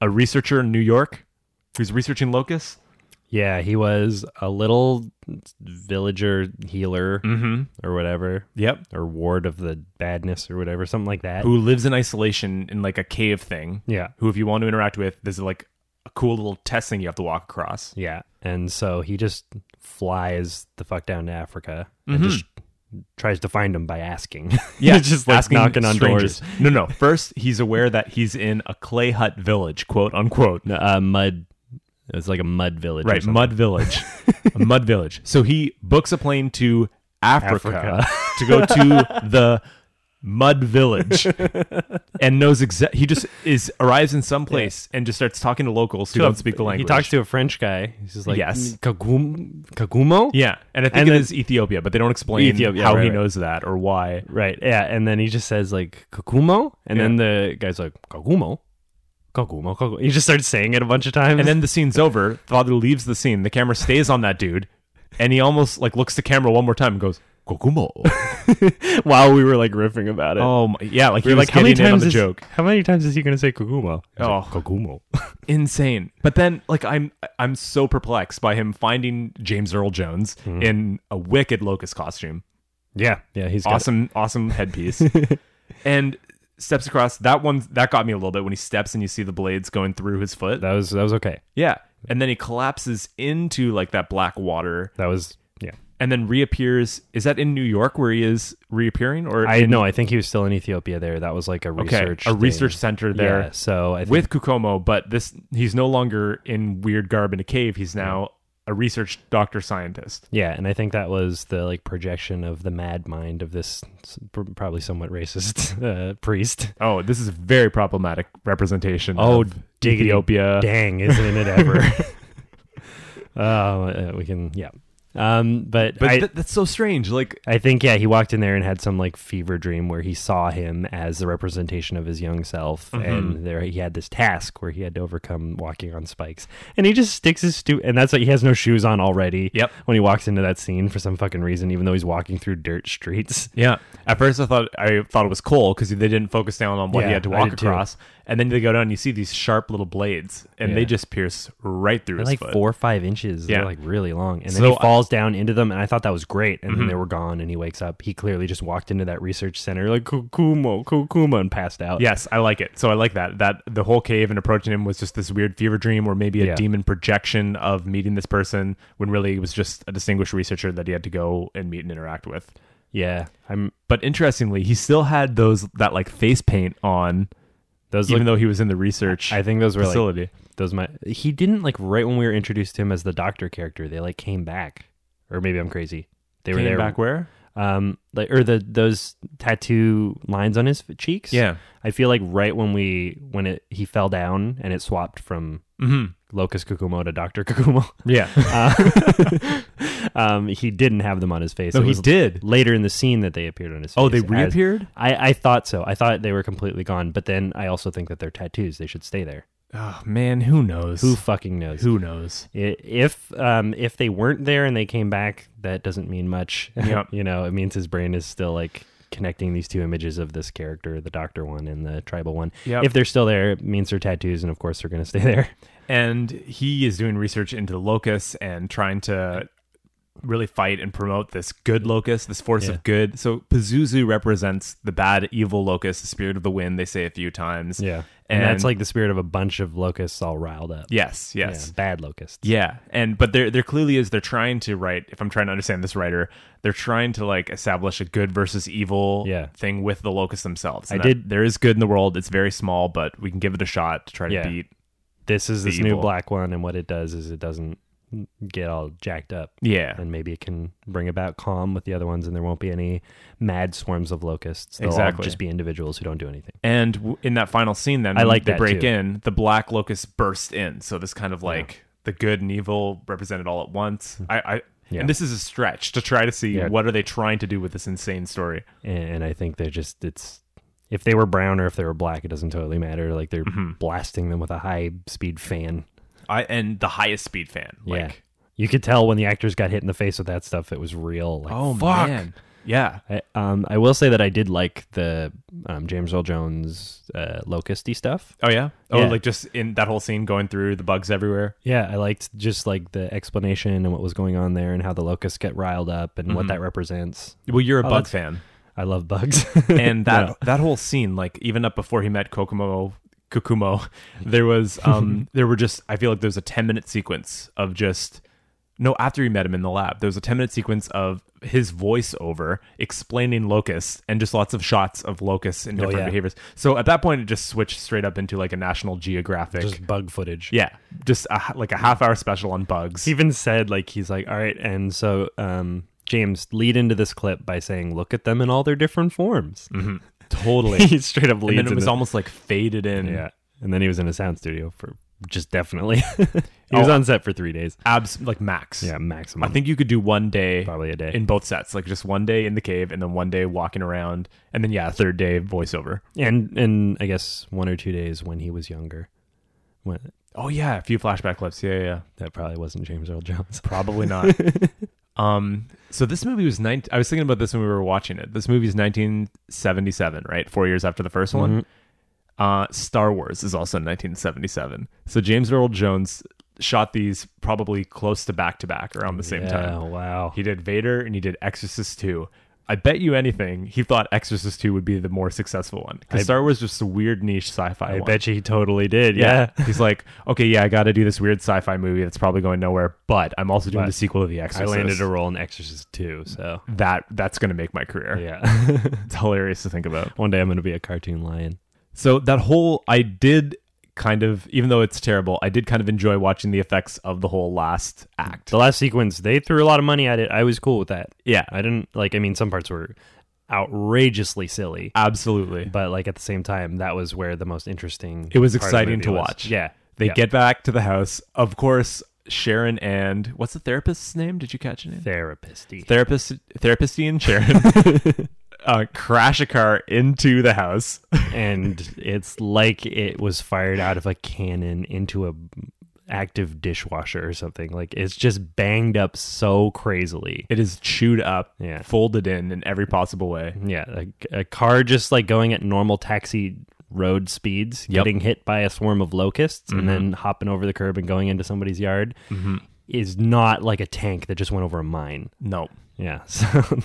a researcher in New York who's researching locusts.
Yeah, he was a little villager healer
Mm-hmm.
or whatever,
Yep.
or ward of the badness or whatever, something like that.
Who lives in isolation in like a cave thing.
Yeah.
Who, if you want to interact with, there's like a cool little test thing you have to walk across.
Yeah. And so he just flies the fuck down to Africa and just tries to find him by asking.
Mm-hmm. Yeah,
He's just like
asking
knocking on
strangers.
doors.
No, no. First, he's aware that he's in a clay hut village, quote unquote.
No, uh, mud. It's like a mud village. or
right
something.
mud village A mud village so he books a plane to africa, to go to the mud village and knows exactly he just is arrives in some place and just starts talking to locals who
To a-
don't speak the language
He talks to a French guy. He's just like,
Yes.
Kagum, Kagumo?
yeah and i think
And
it
then-
is ethiopia but they don't explain
Ethiopia,
how
right,
he
right.
knows that or why
Right. Yeah. And then he just says like Kakumo, and
Yeah.
then the guy's like Kagumo, Kagumo, Kagumo. He just starts saying it a bunch of times,
and then the scene's over father leaves the scene the camera stays on that dude and he almost like looks the camera one more time and goes kokumo
while we were like riffing about it,
oh my, yeah like
we
you're
were like, how many times
on the
is
joke
how many times is he gonna say Kagumo? He's like,
Oh.
Kagumo.
insane. But then, like, I'm I'm so perplexed by him finding James Earl Jones
Mm-hmm.
in a wicked locust costume,
yeah. Yeah. He's got
awesome, awesome headpiece, and steps across. That one that got me a little bit when he steps and you see the blades going through his foot.
it. That was that was okay.
yeah, and then he collapses into like that black water.
That was yeah.
and then reappears. Is that in New York where he is reappearing, or
I know. I think he was still in Ethiopia there. That was like a
okay,
research.
a
thing.
research center there
Yeah, so I think
with Kukomo? But this, he's no longer in weird garb in a cave. He's now a research doctor scientist.
Yeah, and I think that was the like projection of the mad mind of this s- pr- probably somewhat racist uh, priest.
Oh, this is a very problematic representation.
Oh,
of
diggity
Ethiopia.
Dang, isn't it ever? Uh, uh, we can, yeah. Um, but
But
I,
th- that's so strange. Like,
I think yeah, he walked in there and had some like fever dream where he saw him as the representation of his young self, and there he had this task where he had to overcome walking on spikes, and he just sticks his stu and that's like he has no shoes on already.
Yep.
When he walks into that scene for some fucking reason, even though he's walking through dirt streets.
Yeah. At first, I thought I thought it was coal because they didn't focus down on what
Yeah,
he had to
I
walk
did too.
across, and then they go down and you see these sharp little blades, and
Yeah.
they just pierce right through his
They're like
foot.
four or five inches.
Yeah.
They're like really long. And then
So
he
I-
falls down into them. And I thought that was great. And then they were gone. And he wakes up. He clearly just walked into that research center like Kukumo, Kukumo, and passed out.
Yes, I like it. So I like that. That the whole cave and approaching him was just this weird fever dream, or maybe a
Yeah.
demon projection of meeting this person when really it was just a distinguished researcher that he had to go and meet and interact with.
Yeah. I'm,
But interestingly, he still had those that like face paint on,
those
even
look,
though he was in the research
I think those were
facility.
like, those might, he didn't like right when we were introduced to him as the doctor character, they like came back. Or maybe I'm crazy. They were
Came
there.
back where?
um like or the those tattoo lines on his f- cheeks
Yeah.
i feel like right when we when it he fell down and it swapped from
Mm-hmm.
locust kukumo to dr kukumo
Yeah.
uh, um he didn't have them on his face
no,
It
he
was
did.
later in the scene that they appeared on his face
Oh, they
as-
reappeared.
I, I thought so. I thought they were completely gone, but then I also think that they're tattoos. They should stay there.
Oh man, who knows?
Who fucking knows?
who knows?
I- if um if they weren't there and they came back, that doesn't mean much.
Yep.
you know, it means his brain is still like connecting these two images of this character, the doctor one and the tribal one.
Yep.
If they're still there, it means they're tattoos, and of course they're going to stay there.
And he is doing research into the locust and trying to really fight and promote this good locust, this force
Yeah.
of good. So Pazuzu represents the bad, evil locust, the spirit of the wind. They say a few times.
and, that's like the spirit of a bunch of locusts all riled up.
yes,
Yeah,
yes.
bad locusts.
Yeah, and but there there clearly is they're trying to write. If I'm trying to understand this writer, they're trying to like establish a good versus evil
Yeah.
thing with the locusts themselves.
I
And that
did-
There is good in the world. It's very small, but we can give it a shot to try to
Yeah.
beat.
This is
The
this new
evil.
black one, and what it does is it doesn't get all jacked up.
Yeah,
And maybe it can bring about calm with the other ones, and there won't be any mad swarms of locusts. They'll all
Exactly.
just be individuals who don't do anything.
And w- in that final scene, then
I
when
like
they
that,
break
too.
in. The black locust burst in, so this kind of like the good and evil represented all at once. I, I
Yeah.
and this is a stretch to try to see
Yeah.
what are they trying to do with this insane story.
and I think they're just it's if they were brown or if they were black, it doesn't totally matter. Like they're
Mm-hmm.
blasting them with a high speed fan.
I and the highest speed fan. Like,
yeah, you could tell when the actors got hit in the face with that stuff, it was real. Like,
oh
fuck.
man, yeah,
I, um, I will say that I did like the um, James Earl Jones uh, locusty stuff.
oh yeah, oh
Yeah.
like just in that whole scene going through the bugs everywhere.
Yeah, I liked just like the explanation and what was going on there and how the locusts get riled up and what that represents.
Well, you're a
Oh,
bug
that's-
fan,
I love bugs.
and that
No.
that whole scene, like even up before he met Kokomo. Kokumo, there was um there were just I feel like there's a ten minute sequence of just no, after he met him in the lab, there was a 10 minute sequence of his voiceover explaining locusts and just lots of shots of locusts and different
Oh, yeah.
behaviors. So at that point, it just switched straight up into like a National Geographic.
just bug footage.
yeah, just a, like a half hour special on bugs.
He even said like he's like all right and so um james lead into this clip by saying look at them in all their different forms
Totally.
Mm-hmm. he straight up
and
leads
then it
in
was
the-
almost like faded in.
yeah and then he was in a sound studio for just definitely he was
Oh.
on set for three days
Abs, like max.
yeah maximum
I think you could do one day
probably a day
in both sets, like just one day in the cave and then one day walking around. And then, yeah, third day voiceover.
and and i guess one or two days when he was younger when
Oh, yeah. A few flashback clips. Yeah, yeah, yeah.
that probably wasn't james earl jones
Probably not. um, so this movie was nine. I was thinking about this when we were watching it. This movie is 1977, right? Four years after the 1st one. Uh, Star Wars is also in 1977. So James Earl Jones shot these probably close to back to back around the same
yeah,
time.
wow
He did Vader and he did Exorcist 2. I bet you anything, he thought Exorcist 2 would be the more successful one. Because Star Wars was just a weird niche sci fi
I
one.
bet you he totally did.
Yeah.
Yeah.
He's like, okay, yeah, I got to do this weird sci fi movie that's probably going nowhere, but I'm also doing
But
the sequel to The
I
Exorcist.
landed a role in Exorcist 2, so
that that's going to make my career.
yeah.
It's hilarious to think about.
One day I'm going to be a cartoon lion.
So that whole I did kind of even though it's terrible, I did kind of enjoy watching the effects of the whole last act.
The last sequence, they threw a lot of money at it. I was cool with that. Yeah, I didn't like I mean some parts were outrageously silly,
Absolutely.
but like at the same time that was where the most interesting
It was
part of the
exciting
movie
to
was.
watch.
Yeah.
They
yeah.
get back to the house. Of course, Sharon and what's the therapist's name? Did you catch it?
therapisty.
Therapist therapist and Sharon uh, crash a car into the house.
and it's like it was fired out of a cannon into a active dishwasher or something. Like it's just banged up so crazily.
It is chewed up,
Yeah. Mm-hmm.
folded in in every possible way.
Yeah, a, a car just like going at normal taxi road speeds,
Yep. Mm-hmm.
getting hit by a swarm of locusts, and then hopping over the curb and going into somebody's yard is not like a tank that just went over a mine.
No.
Yeah, so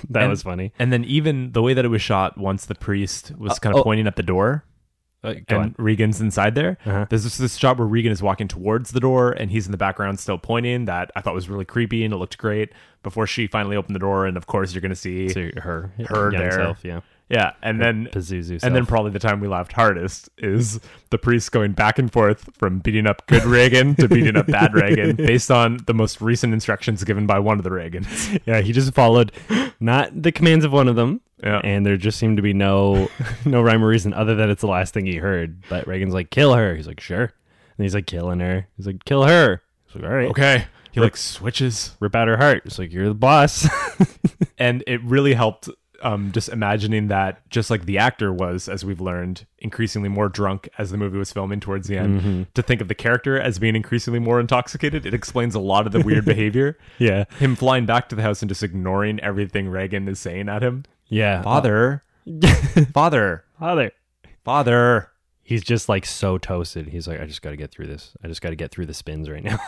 that
And-
was funny.
And then even the way that it was shot once the priest was kind of
oh. Uh,
pointing at the door.
go
and
on.
Regan's inside there.
Uh-huh.
There's just this shot where Regan is walking towards the door and he's in the background still pointing that I thought was really creepy and it looked great before she finally opened the door and of course you're gonna see
To her,
her
young
there.
self, yeah,
Yeah. And then
Pazuzu
and then
self.
probably the time we laughed hardest is the priest going back and forth from beating up good Reagan to beating up bad Reagan based on the most recent instructions given by one of the Reagans.
yeah. He just followed not the commands of one of them,
Yeah.
and there just seemed to be no no rhyme or reason other than it's the last thing he heard. But Reagan's like, "Kill her." He's like, "Sure," and he's like, "Killing her." He's like, "Kill her." He's like, "All right."
Okay. He like switches.
rip out her heart. It's like you're the boss.
and it really helped um, just imagining that just like the actor was as we've learned increasingly more drunk as the movie was filming towards the end to think of the character as being increasingly more intoxicated it explains a lot of the weird behavior
yeah,
him flying back to the house and just ignoring everything reagan is saying at him
yeah.
father father
father.
father
He's just like so toasted. He's like, I just got to get through this. I just got to get through the spins right now.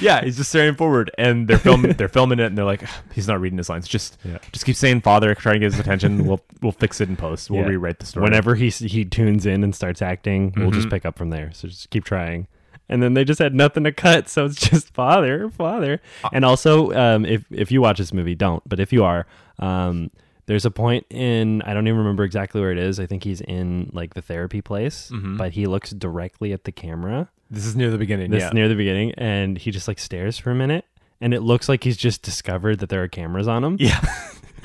yeah he's just staring forward and they're filming they're filming it and they're like he's not reading his lines just just keep saying father try to get his attention we'll we'll fix it in post we'll
Yeah.
rewrite the story
Whenever he s- he tunes in and starts acting, we'll just
Mm-hmm.
pick up from there. So just keep trying. And then they just had nothing to cut, so it's just father, father.
Uh,
And also, um, if if you watch this movie, don't. But if you are, um, there's a point in I don't even remember exactly where it is. I think he's in like the therapy place,
Mm-hmm.
but he looks directly at the camera.
this is near the beginning
this
yeah
near the beginning and he just like stares for a minute and it looks like he's just discovered that there are cameras on him
Yeah.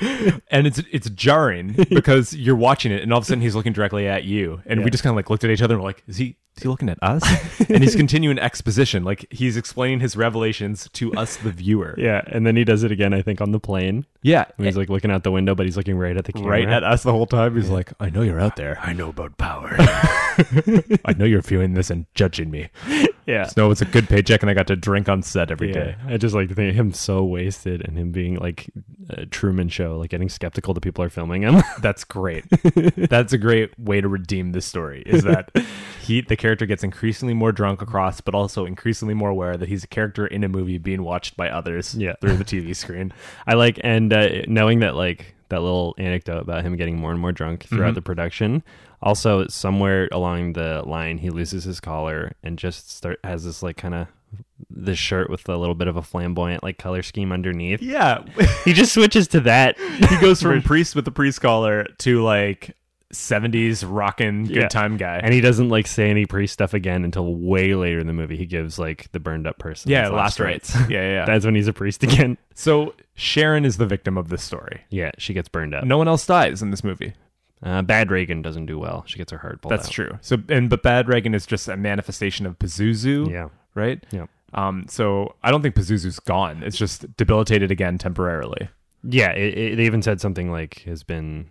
and it's it's jarring because you're watching it and all of a sudden he's looking directly at you and we
Yeah.
just kind of like looked at each other and we're like is he is he looking at us and he's continuing exposition like he's explaining his revelations to us the viewer
yeah and then he does it again i think on the plane
yeah
And he's like looking out the window but he's looking right at the camera
right at us the whole time he's like i know you're out there i know about power i know you're viewing this and judging me
yeah
so it's a good paycheck and i got to drink on set every day.
yeah, I just like to think of him so wasted and him being like a Truman Show, like getting skeptical that people are filming him.
That's great. That's a great way to redeem this story. Is that he the character gets increasingly more drunk across, but also increasingly more aware that he's a character in a movie being watched by others
Yeah.
through the TV screen.
I like and uh, knowing that like that little anecdote about him getting more and more drunk
Mm-hmm.
throughout the production. Also, somewhere along the line, he loses his collar and just start has this like kind of this shirt with a little bit of a flamboyant like color scheme underneath.
Yeah,
He just switches to that.
he goes from priest with the priest collar to like '70s rockin' good
Yeah.
time guy.
And he doesn't like say any priest stuff again until way later in the movie. He gives like the burned up person.
yeah,
his
last rites. Yeah, yeah. yeah.
That's when he's a priest again.
so Sharon is the victim of this story.
Yeah, she gets burned up.
No one else dies in this movie.
Uh, Bad Reagan doesn't do well. She gets her heart pulled
That's
out.
true. So and but Bad Reagan is just a manifestation of Pazuzu.
Yeah.
Right?
Yeah.
Um, so I don't think Pazuzu's gone. It's just debilitated again temporarily.
Yeah, it, it, they even said something like has been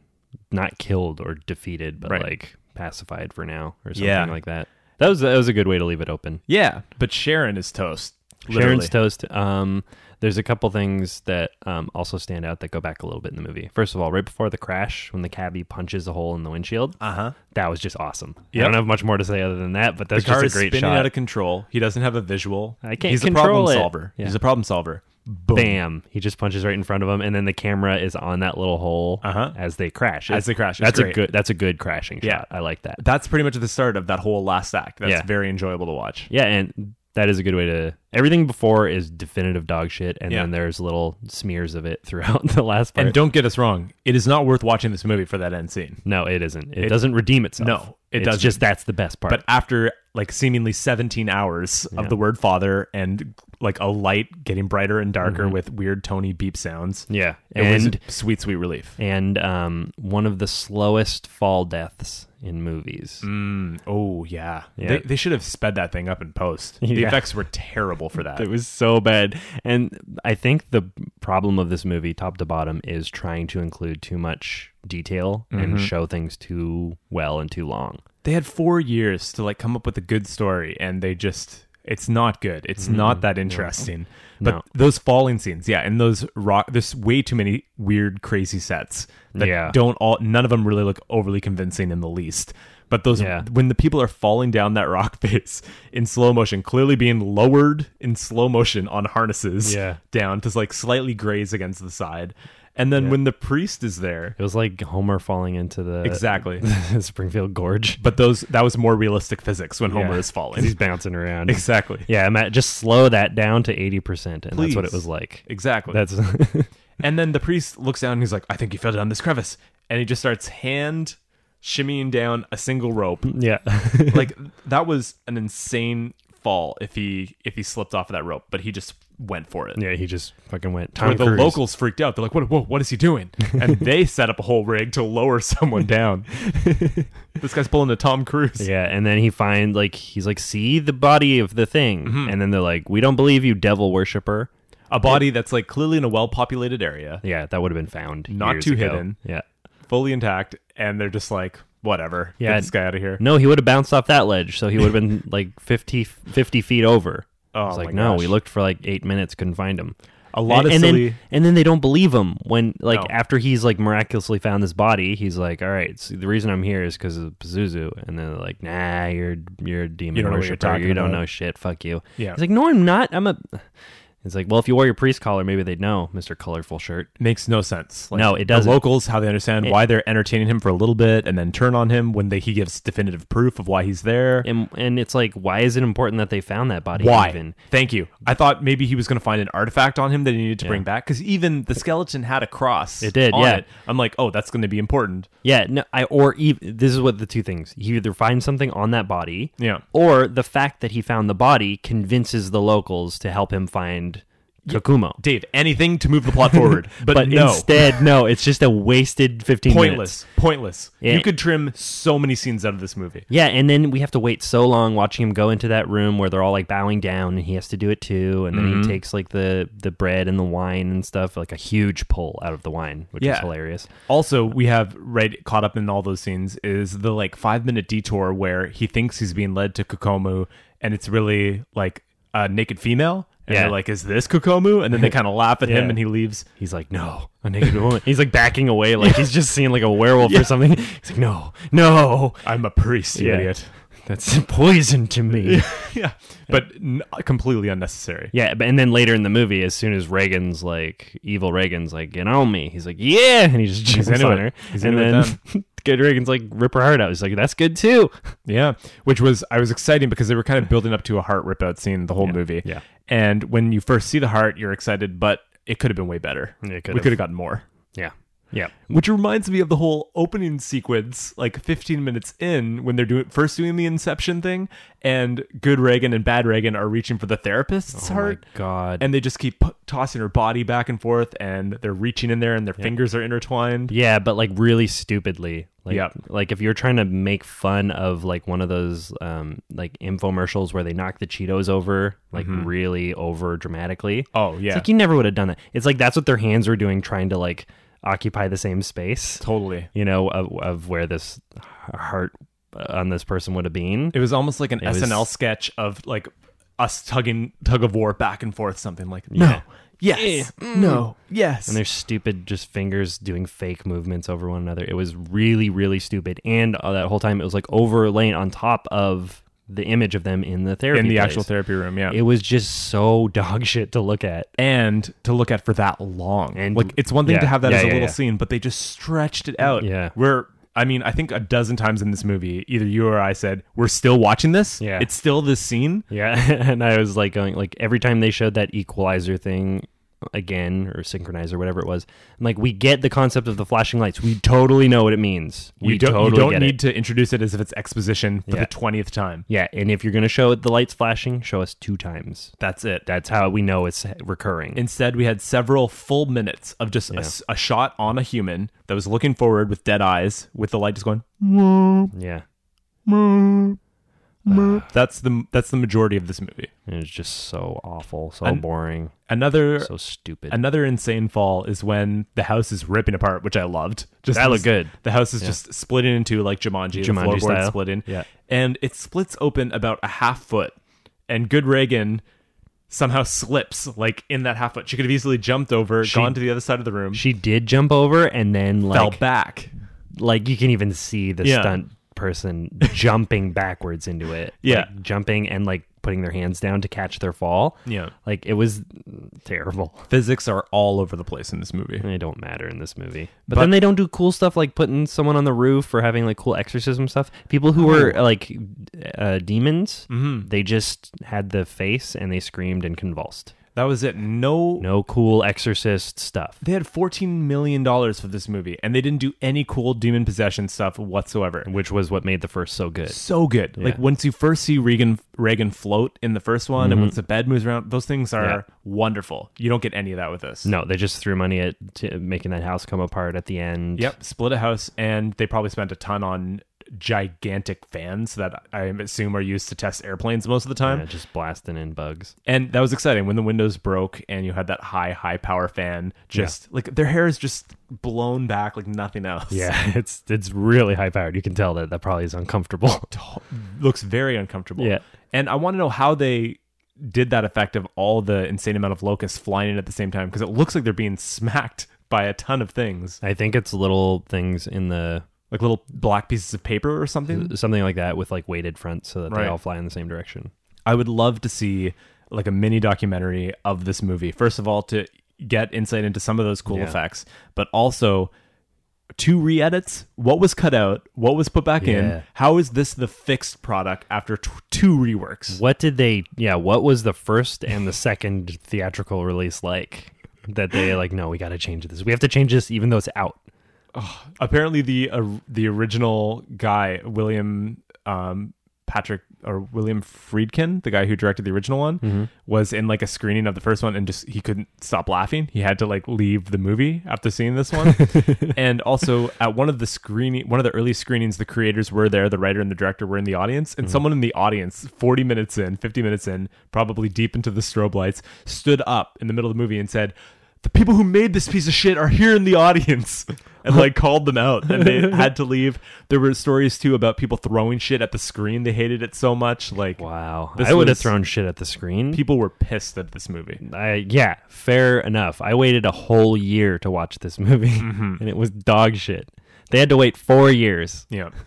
not killed or defeated, but
Right.
like pacified for now or something
Yeah.
like that. That was that was a good way to leave it open.
Yeah. But Sharon is toast.
Sharon's toast. Um, there's a couple things that um, also stand out that go back a little bit in the movie. First of all, right before the crash, when the cabbie punches a hole in the windshield,
Uh huh.
that was just awesome. I
Yep.
don't have much more to say other than that, but
The
that's
car
just a
is
great
spinning
shot.
out of control. He doesn't have a visual.
I can't
He's
control
a problem
it.
solver.
Yeah.
He's a problem solver.
Bam! He just punches right in front of him, and then the camera is on that little hole
Uh-huh.
as they crash.
As they crash, it's
that's a
great.
good. That's a good crashing
Yeah.
shot. I like that.
That's pretty much the start of that whole last act. That's
Yeah.
very enjoyable to watch.
Yeah, and that is a good way to. Everything before is definitive dog shit, and
Yeah.
then there's little smears of it throughout the last part.
And don't get us wrong, it is not worth watching this movie for that end scene.
no, it isn't. It, doesn't redeem itself.
No, it
it's
doesn't.
Just that's the best part.
But after like seemingly 17 hours of the word father and like a light getting brighter and darker
Mm-hmm.
with weird Tony beep sounds,
yeah,
it
and
was sweet, sweet relief.
and um, one of the slowest fall deaths in movies.
Oh, yeah.
Yeah.
They, they should have sped that thing up in post. The
Yeah.
effects were terrible for that.
It was so bad. And I think the problem of this movie, top to bottom, is trying to include too much detail
Mm-hmm.
and show things too well and too long.
they had four years to like come up with a good story and they just it's not good it's not that interesting but
Mm-hmm. No.
those falling scenes yeah and those rock there's way too many weird crazy sets that
Yeah.
don't all none of them really look overly convincing in the least but those
Yeah.
when the people are falling down that rock face in slow motion clearly being lowered in slow motion on harnesses
Yeah.
down to like slightly graze against the side and then when the priest is there
It was like Homer falling into the
exactly
Springfield Gorge.
but those that was more realistic physics when homer
Yeah.
is
'Cause He's
falling
bouncing around.
exactly
Yeah, Matt, just slow that down to 80%, and that's what it
Please.
was like.
Exactly.
That's
and then the priest looks down and he's like, I think you fell down this crevice. And he just starts hand shimmying down a single rope.
yeah.
like that was an insane fall if he if he slipped off of that rope, but he just went for it.
yeah, he just fucking went.
Where
Tom
the
Cruise.
locals freaked out. They're like, what, what, what is he doing? And they set up a whole rig to lower someone down. this guy's pulling a Tom Cruise.
Yeah, and then he find like he's like, see the body of the thing,
Mm-hmm.
and then they're like, we don't believe you, devil worshiper.
A body that's like clearly in a well populated area,
Yeah, that would have been found.
Not
years
too
ago.
hidden.
Yeah.
fully intact, and they're just like, whatever.
Yeah.
Get this guy out of here.
No, he would have bounced off that ledge, so he would have been like 50, 50 feet over.
Oh,
it's like
my
no,
gosh.
we looked for like eight minutes, couldn't find him.
A lot
and,
of
and
silly.
then and then they don't believe him when like
No.
after he's like miraculously found this body, he's like, all right, so the reason I'm here is because of Pazuzu, and then they're like, nah, you're you're a demon
You don't know what you're
worshiper,
talking
you don't
about.
know shit, fuck you.
Yeah.
he's like, no, I'm not, I'm a. It's like, well, if you wore your priest collar, maybe they'd know, Mister Colorful Shirt.
makes no sense. Like,
No, it doesn't.
The locals, how they understand why they're entertaining him for a little bit and then turn on him when they, he gives definitive proof of why he's there.
And and it's like, why is it important that they found that body?
why?
Even?
Thank you. I thought maybe he was going to find an artifact on him that he needed to
Yeah.
bring back because even the skeleton had a cross.
It did,
on
yeah.
it. I'm like, oh, that's going to be important.
Yeah, no, I or ev this is what the two things. He either finds something on that body,
Yeah.
or the fact that he found the body convinces the locals to help him find Kokumo.
Dave, anything to move the plot forward, but,
but
no.
instead, no, it's just a wasted fifteen minutes.
Pointless. Pointless.
Yeah.
You could trim so many scenes out of this movie.
Yeah, and then we have to wait so long watching him go into that room where they're all like bowing down, and he has to do it too. And then
Mm-hmm.
he takes like the the bread and the wine and stuff, like a huge pull out of the wine, which is
Yeah.
hilarious.
Also, we have right caught up in all those scenes is the like five minute detour where he thinks he's being led to Kokomu, and it's really like a naked female. And
Yeah.
they're like, "Is this Kokomu?" And then they kind of laugh at
Yeah.
him, and he leaves.
He's like, no, a naked woman. He's like backing away, like he's just seeing like a werewolf or something. He's like, no, no,
I'm a priest, you
Yeah.
idiot.
that's poison to me.
yeah, but n- completely unnecessary.
yeah, but, and then later in the movie, as soon as Reagan's like evil Reagan's like, get on me, he's like, yeah, and he just jumps
into
on
it.
her,
He's
and
into it
then good Reagan's like rip her heart out. He's like, that's good too.
Yeah, which was I was exciting because they were kind of building up to a heart rip out scene the whole
Yeah.
movie.
Yeah.
and when you first see the heart, you're excited, but it could have been way better.
It could
we
have.
could have gotten more.
Yeah, yeah,
Which reminds me of the whole opening sequence, like 15 minutes in, when they're doing first doing the Inception thing, and good Reagan and bad Reagan are reaching for the therapist's heart,
God,
and they just keep p- tossing her body back and forth, and they're reaching in there, and their fingers are intertwined.
Yeah, but like really stupidly. Like,
Yep.
like if you're trying to make fun of like one of those um like infomercials where they knock the Cheetos over, like really over dramatically.
Mm-hmm. Oh
It's
yeah,
like you never would have done that. It's like that's what their hands were doing trying to like occupy the same space,
totally.
you know, of, of where this h- heart uh, on this person would have been.
It was almost like an
was-
SNL sketch of like us tugging tug of war back and forth, something like
Yeah.
no, yes, no, yes.
And their stupid just fingers doing fake movements over one another. It was really, really stupid. And uh, that whole time it was like overlaying on top of the image of them in the therapy
in the
place.
actual therapy room. Yeah,
It was just so dog shit to look at.
and to look at for that long.
And-
like it's one thing
yeah,
to have that
yeah,
as a
yeah,
little
yeah.
scene, but they just stretched it out.
Yeah.
We're I mean, I think a dozen times in this movie, either you or I said, We're still watching this.
Yeah.
It's still this scene.
Yeah, and I was like going like every time they showed that equalizer thing again or synchronize or whatever it was, I'm like we get the concept of the flashing lights. We totally know what it means. We
you don't,
totally
you don't
get
need
it.
to introduce it as if it's exposition for
Yeah.
the twentieth time.
Yeah, and if you're gonna show the lights flashing, show us two times.
That's it.
That's how we know it's recurring.
Instead, we had several full minutes of just a s a a, shot on a human that was looking forward with dead eyes, with the light just going.
yeah,
That's the that's the majority of this movie.
and it's just so awful, so
And-
boring,
Another
so stupid.
Another insane fall is when the house is ripping apart, which I loved. Just
That looked good.
The house is just splitting into like Jumanji,
Jumanji
the floorboard
style.
splitting.
Yeah.
and it splits open about a half foot, and Good Reagan somehow slips like in that half foot. She could have easily jumped over, gone to the other side of the room,
she did jump over and then like
fell back.
like you can even see the
Yeah.
stunt person jumping backwards into it.
Yeah.
Like, jumping and like putting their hands down to catch their fall.
Yeah.
Like it was terrible.
Physics are all over the place in this movie.
They don't matter in this movie. But, then they don't do cool stuff like putting someone on the roof or having like cool exorcism stuff. People who were like uh, demons, they just had the face and they screamed and convulsed.
That was it. No,
No cool exorcist stuff.
they had fourteen million dollars for this movie, and they didn't do any cool demon possession stuff whatsoever.
Which was what made the first so good.
so good. Like once you first see Regan Reagan float in the first one, and once the bed moves around, those things are
Mm-hmm. Yeah.
wonderful. You don't get any of that with this.
No, they just threw money at t- making that house come apart at the end.
Yep. Split a house, and they probably spent a ton on gigantic fans that I assume are used to test airplanes most of the time.
Yeah, just blasting in bugs.
And that was exciting when the windows broke and you had that high, high power fan. Just like their hair is just blown back like nothing else.
Yeah, it's it's really high powered. You can tell that that probably is uncomfortable.
looks very uncomfortable.
Yeah.
And I want to know how they did that effect of all the insane amount of locusts flying in at the same time because it looks like they're being smacked by a ton of things,
I think it's little things in the
like little black pieces of paper or something.
something like that with like weighted fronts so that
Right.
they all fly in the same direction.
I would love to see like a mini documentary of this movie. First of all, to get insight into some of those cool
Yeah.
effects, but also two re-edits what was cut out what was put back
Yeah.
in how is this the fixed product after t- two reworks
What did they? Yeah, what was the first and the second theatrical release like? That they like, no, we got to change this. We have to change this, even though it's out.
apparently the uh, the original guy William um, Patrick or William Friedkin, the guy who directed the original one, was in like a screening of the first one and just he couldn't stop laughing. He had to like leave the movie after seeing this one. and also at one of the screening, one of the early screenings, the creators were there, the writer and the director were in the audience, and someone in the audience, forty minutes in, fifty minutes in, probably deep into the strobe lights, stood up in the middle of the movie and said. The people who made this piece of shit are here in the audience and like called them out and they had to leave. There were stories too about people throwing shit at the screen. They hated it so much. Like
Wow,
This
I would have
was-
thrown shit at the screen.
people were pissed at this movie.
I, yeah, fair enough. I waited a whole year to watch this movie, and it was dog shit. They had to wait four years.
Yeah.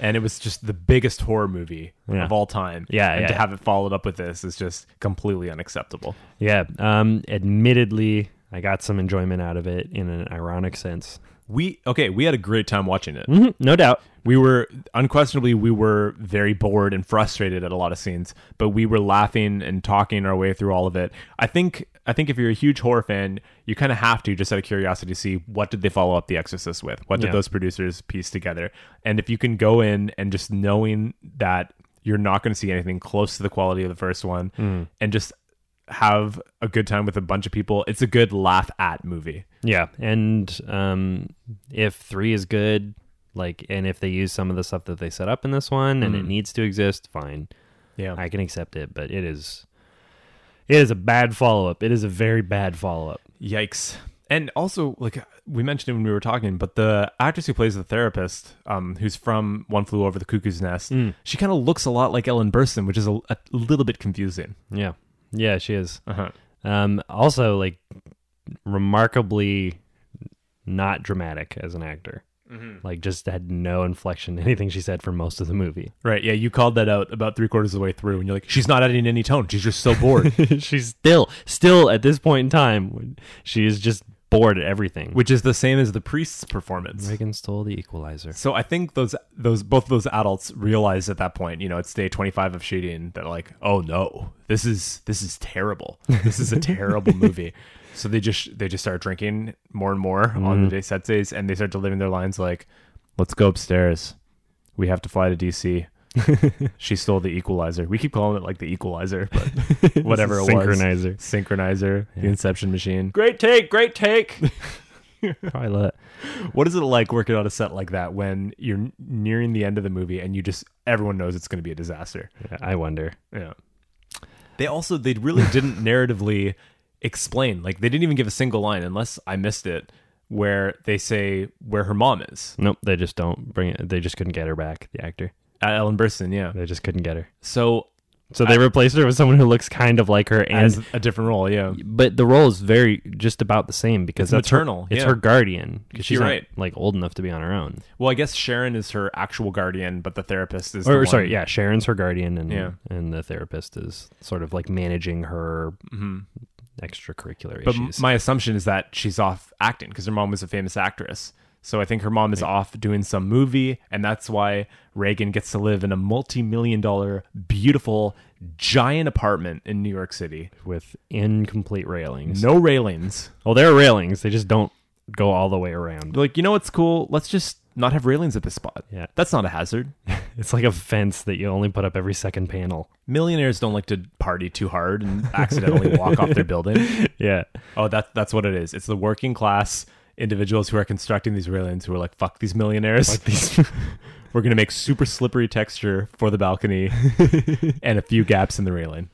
And it was just the biggest horror movie
Yeah.
of all time.
Yeah,
And
yeah,
to
yeah.
have it followed up with this is just completely unacceptable.
Yeah. Um. Admittedly, I got some enjoyment out of it in an ironic sense.
We okay, we had a great time watching it.
No doubt.
We were unquestionably we were very bored and frustrated at a lot of scenes, but we were laughing and talking our way through all of it. I think I think if you're a huge horror fan, you kind of have to just out of curiosity see what did they follow up The Exorcist with? What did
Yeah.
those producers piece together? And if you can go in and just knowing that you're not going to see anything close to the quality of the first one and just have a good time with a bunch of people, it's a good laugh at movie.
Yeah. And um, if three is good, like, and if they use some of the stuff that they set up in this one, and it needs to exist, fine.
Yeah.
I can accept it. But it is, it is a bad follow up. It is a very bad follow up.
Yikes. And also, like we mentioned it when we were talking, but the actress who plays the therapist, um, who's from One Flew Over the Cuckoo's Nest, she kind of looks a lot like Ellen Burstyn, which is a, a little bit confusing.
Yeah. Yeah. She is.
Uh-huh.
Um, also, like, remarkably not dramatic as an actor. Mm.
Mm-hmm.
Like just had no inflection, anything she said for most of the movie.
Right. Yeah, you called that out about three quarters of the way through, and you're like, she's not adding any tone. She's just so bored.
she's still, still at this point in time, she is just bored at everything.
which is the same as the priest's performance.
Reagan stole the equalizer.
So I think those those both of those adults realized at that point, you know, it's day 25 of shooting that like, oh no, this is this is terrible. This is a terrible movie. So they just they just start drinking more and more
Mm-hmm.
on the day set days, and they start delivering their lines like, "Let's go upstairs. We have to fly to DC." she stole the equalizer. We keep calling it like the equalizer, but whatever it was.
Synchronizer.
Synchronizer, the inception machine.
Great take, great take. Probably let-
What is it like working on a set like that when you're n- nearing the end of the movie and you just everyone knows it's going to be a disaster?
yeah, I wonder.
Yeah. They also they really didn't narratively explain. Like they didn't even give a single line unless I missed it where they say where her mom is.
Nope, they just don't bring it. They just couldn't get her back. The actor,
At Ellen Burstyn, yeah.
they just couldn't get her.
So
So they replaced her with someone who looks kind of like her, and
as a different role, yeah.
but the role is very just about the same because
It's
that's her-
maternal,
it's
yeah.
her guardian because she's
You're
not,
right.
like old enough to be on her own.
Well, I guess Sharon is her actual guardian, but the therapist is the
Or
one-
sorry, yeah, Sharon's her guardian, and
Yeah.
and the therapist is sort of like managing her extracurricular
Mm-hmm. But m-
issues.
my assumption is that she's off acting because her mom was a famous actress. So I think her mom is off doing some movie, and that's why Reagan gets to live in a multi-million dollar, beautiful, giant apartment in New York City.
with incomplete railings.
No railings.
Well, there are railings. They just don't go all the way around.
They're like, you know what's cool? Let's just not have railings at this spot.
Yeah.
That's not a hazard.
It's like a fence that you only put up every second panel.
Millionaires don't like to party too hard and accidentally walk off their building.
Yeah.
Oh, that's that's what it is. It's the working class individuals who are constructing these railings who are like, "Fuck these millionaires! We're gonna make super slippery texture for the balcony and a few gaps in the railing."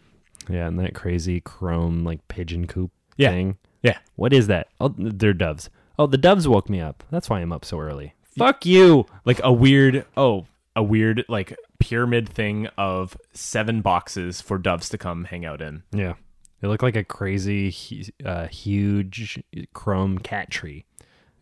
Yeah, and that crazy chrome like pigeon coop
Yeah.
thing.
Yeah,
What is that? Oh, they're doves. Oh, the doves woke me up. That's why I'm up so early. Fuck you.
like a weird oh, a weird like pyramid thing of seven boxes for doves to come hang out in.
Yeah. They look like a crazy, hu- uh, huge chrome cat tree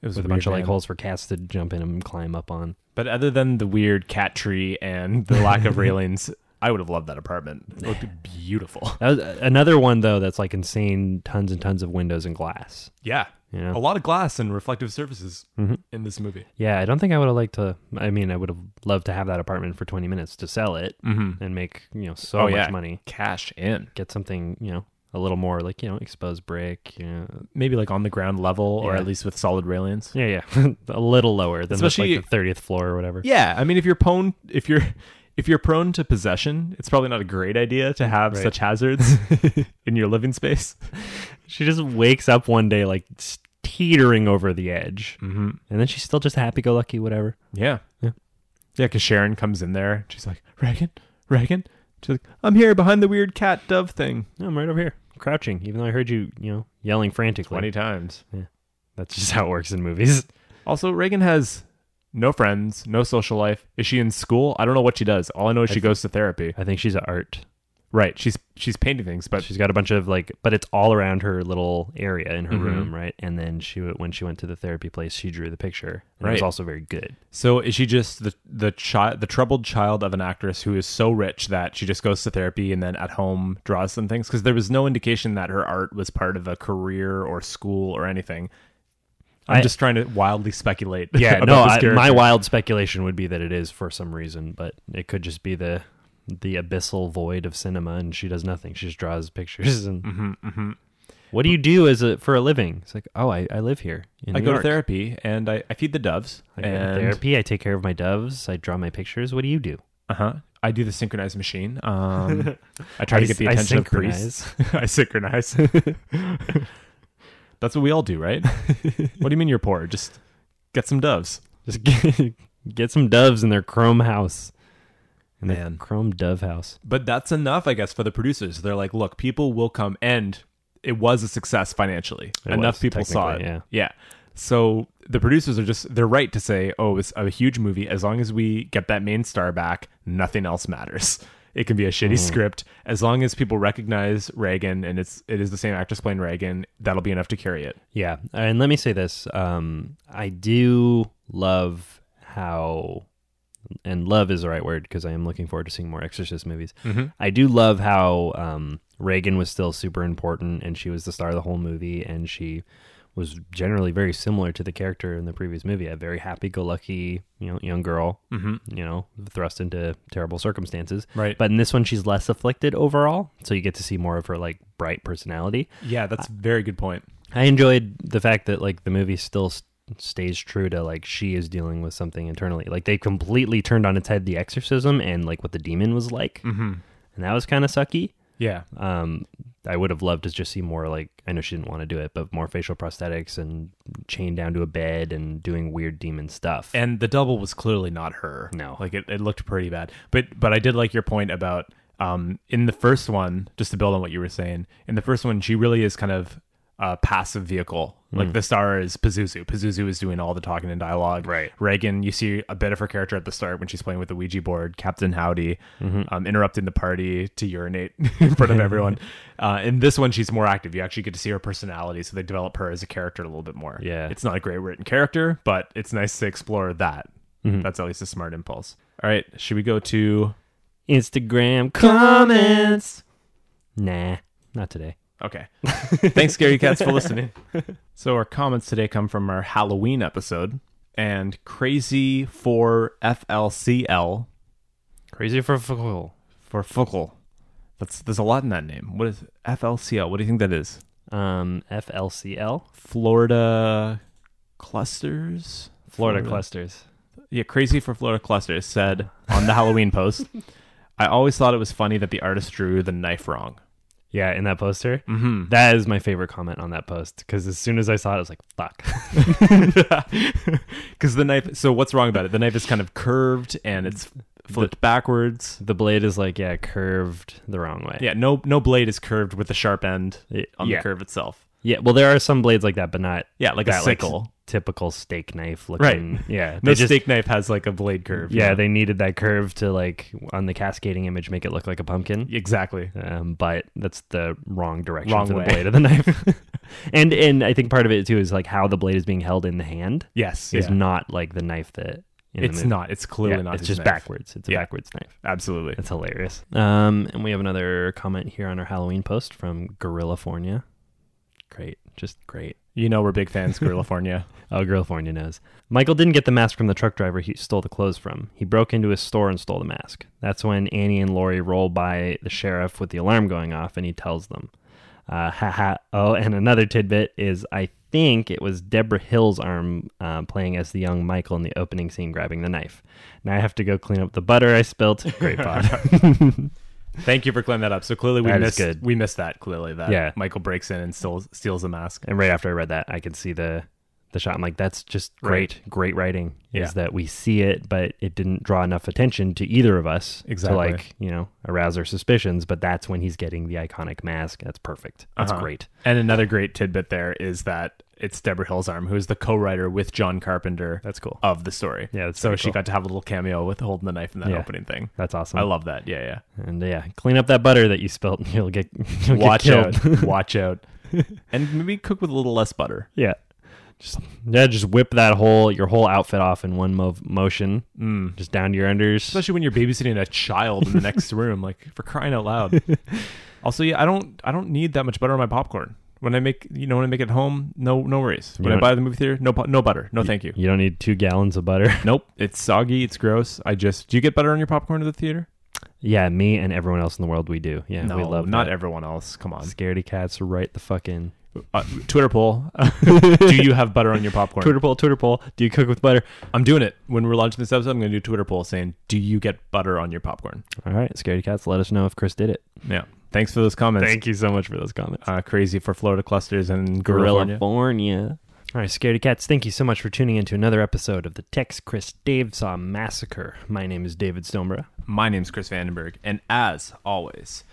It was
with a bunch of like holes for cats to jump in and climb up on.
But other than the weird cat tree and the lack of railings, I would have loved that apartment. It looked beautiful.
That was uh, another one though that's like insane. Tons and tons of windows and glass.
Yeah. Mm-hmm.
Yeah.
A lot of glass and reflective surfaces in this movie.
Yeah, I don't think I would have liked to. I mean, I would have loved to have that apartment for 20 minutes to sell it
Mm-hmm.
and make you know
Oh,
so much money.
Cash in.
Get something you know a little more like you know exposed brick. You know,
Maybe like on the ground level or
Yeah.
at least with solid railings.
Yeah, yeah, a little lower than
Especially-
the, like the thirtieth floor or whatever.
Yeah. I mean if you're prone if you're if you're prone to possession, it's probably not a great idea to have
Right.
such hazards in your living space.
She just wakes up one day like s- teetering over the edge, mm-hmm. and then she's still just happy-go-lucky, whatever.
Yeah. Yeah. Yeah, because Sharon comes in there. She's like, Reagan, Reagan. She's like, I'm here behind the weird cat dove thing.
No, I'm right over here, crouching. Even though I heard you, you know, yelling frantically.
Twenty times.
That's just how it works in movies.
Also, Reagan has no friends, no social life. Is she in school? I don't know what she does. All I know is she goes to therapy.
I think she's an art.
Right. She's she's painting things, but
She's got a bunch of like, but it's all around her little area in her room, right? And then she, w- when she went to the therapy place, she drew the picture. And It was
Right.
also very good.
So is she just the the child, the troubled child of an actress who is so rich that she just goes to therapy and then at home draws some things? Because there was no indication that her art was part of a career or school or anything. I'm
I-
just trying to wildly speculate.
yeah,
about
no,
this
I,
character.
my wild speculation would be that it is for some reason, but it could just be the the abyssal void of cinema, and she does nothing. She just draws pictures. And mm-hmm. what do you do as a for a living? It's like, oh, I, I live here. In
I
New
go
York.
to therapy and I, I feed the doves
I go to
and
therapy. I take care of my doves. I draw my pictures. What do you do?
uh-huh, I do the synchronized machine. Um, I try to
I
get the
s- I
attention of priests. I synchronize. That's what we all do, right? what do you mean you're poor? Just get some doves.
Just get, get some doves in their chrome house, in their
Man.
chrome dove house.
But that's enough, I guess, for the producers. They're like, look, people will come, and it was a success financially.
It
enough
was,
people saw it.
technically, yeah.
So the producers are just, they're right to say, oh, it's a huge movie. As long as we get that main star back, nothing else matters. It can be a shitty script. As long as people recognize Reagan and it's it is the same actress playing Reagan, that'll be enough to carry it.
Yeah, and let me say this: um, I do love how and love is the right word because I am looking forward to seeing more Exorcist movies. I do love how um, Reagan was still super important and she was the star of the whole movie and she was generally very similar to the character in the previous movie, a very happy-go-lucky, you know, young girl, you know, thrust into terrible circumstances.
Right.
But in this one, she's less afflicted overall, so you get to see more of her like bright personality.
Yeah, that's a very good point.
I enjoyed the fact that like the movie still s stays true to like she is dealing with something internally. Like they completely turned on its head the exorcism and like what the demon was like, mm-hmm. and that was kind of sucky.
Yeah,
Um, I would have loved to just see more like I know she didn't want to do it, but more facial prosthetics and chained down to a bed and doing weird demon stuff.
and the double was clearly not her.
No.
like it, it looked pretty bad. But but I did like your point about um in the first one, just to build on what you were saying. In the first one, she really is kind of a passive vehicle.
Mm.
Like the star is Pazuzu. Pazuzu is doing all the talking and dialogue.
Right.
Reagan, you see a bit of her character at the start when she's playing with the Ouija board. Captain Howdy,
Mm-hmm.
um, interrupting the party to urinate in front of everyone. uh, in this one, she's more active. You actually get to see her personality, so they develop her as a character a little bit more.
Yeah.
It's not a great written character, but it's nice to explore that.
Mm-hmm.
That's at least a smart impulse. All right, should we go to
Instagram comments. Nah, not today.
Okay. Thanks, Gary Katz, for listening. So our comments today come from our Halloween episode and crazy for FLCL
Crazy for fool.
for Fuckle. That's there's a lot in that name. What is FLCL? What do you think that is?
Um, FLCL,
Florida clusters.
Florida clusters.
yeah, crazy for Florida clusters said on the Halloween post. I always thought it was funny that the artist drew the knife wrong.
Yeah, in that poster. Mm-hmm. That is my favorite comment on that post because as soon as I saw it, I was like, "Fuck."
Because the knife. So what's wrong about it? The knife is kind of curved and it's flipped backwards.
the blade is like, yeah, curved the wrong way.
Yeah, no, no blade is curved with the sharp end eh,
Y-
on
yeah.
the curve itself.
yeah. Well, there are some blades like that, but not
Yeah, like a
that,
sickle.
typical steak knife looking. Yeah,
No
they just-
steak knife has like a blade curve.
Yeah, they needed that curve to like on the cascading image make it look like a pumpkin.
exactly.
um, but that's the wrong direction
Wrong
for
way.
the blade of the knife. and and I think part of it too is like how the blade is being held in the hand
Yes,
is
yeah.
not like the knife that in the
It's
movie.
not. It's clearly
Yeah,
not.
It's
his
just
knife.
backwards. It's a
Yeah.
backwards knife.
Absolutely.
That's hilarious. Um, and we have another comment here on our Halloween post from Gorillafornia. Great, just great.
You know we're big fans, California.
Oh, California knows. Michael didn't get the mask from the truck driver he stole the clothes from. He broke into his store and stole the mask. That's when Annie and Lori roll by the sheriff with the alarm going off, and he tells them. Uh, haha. Oh, and another tidbit is I think it was Deborah Hill's arm uh, playing as the young Michael in the opening scene grabbing the knife. Now I have to go clean up the butter I spilt. Great pod.
Thank you for clearing that up. So clearly we
That is
missed
good.
we missed that clearly that
Yeah.
Michael breaks in and steals steals the mask.
and right after I read that, I could see the the shot. I'm like, that's just great, great writing.
Yeah.
Is that we see it, but it didn't draw enough attention to either of us
Exactly.
to like you know arouse our suspicions. But that's when he's getting the iconic mask. That's perfect. That's
Uh-huh.
great.
And another great tidbit there is that it's Deborah Hill's arm, who is the co-writer with John Carpenter.
That's cool.
Of the story.
Yeah, that's
so
pretty
she
cool.
got to have a little cameo with holding the knife in that
Yeah.
opening thing.
That's awesome.
I love that. Yeah, yeah.
and yeah, clean up that butter that you spilt. And you'll get you'll get
Watch
killed.
out. Watch out. And maybe cook with a little less butter.
yeah. Just, yeah, just whip that whole your whole outfit off in one mov- motion, mm. just down to your unders.
Especially when you're babysitting a child in the next room, like for crying out loud. also, yeah, I don't I don't need that much butter on my popcorn. When I make you know when I make it home, no no worries. When I
don't-
buy at the movie theater, no bu- no butter. No thank you.
You don't need two gallons of butter.
Nope. It's soggy, it's gross. I just do you get butter on your popcorn at the theater?
Yeah, me and everyone else in the world, we do. Yeah,
No,
we love
not
that.
everyone else. Come on.
Scaredy cats, right the fuck in.
Uh, Twitter poll. do you have butter on your popcorn?
Twitter poll, Twitter poll. Do you cook with butter?
I'm doing it. When we're launching this episode, I'm going to do a Twitter poll saying, "Do you get butter on your popcorn?"
All right, scaredy cats, let us know if Chris did it.
Yeah. Thanks for those comments.
you so much for those comments.
uh, crazy for Florida clusters and
Gorilla
gorilla.
All right, scaredy cats, thank you so much for tuning in to another episode of the Tex Chris Dave Saw Massacre. My name is David Stoneborough.
My name's Chris Vandenberg, and as always,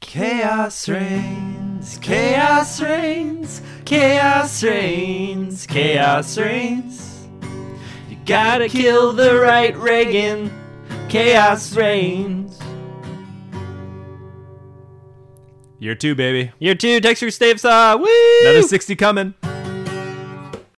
chaos reigns, chaos reigns, chaos reigns, chaos reigns. You gotta kill the right Reagan. Chaos reigns. Year two, baby.
Year two, Tex Chris Dave Saw. Woo!
Another 60 coming.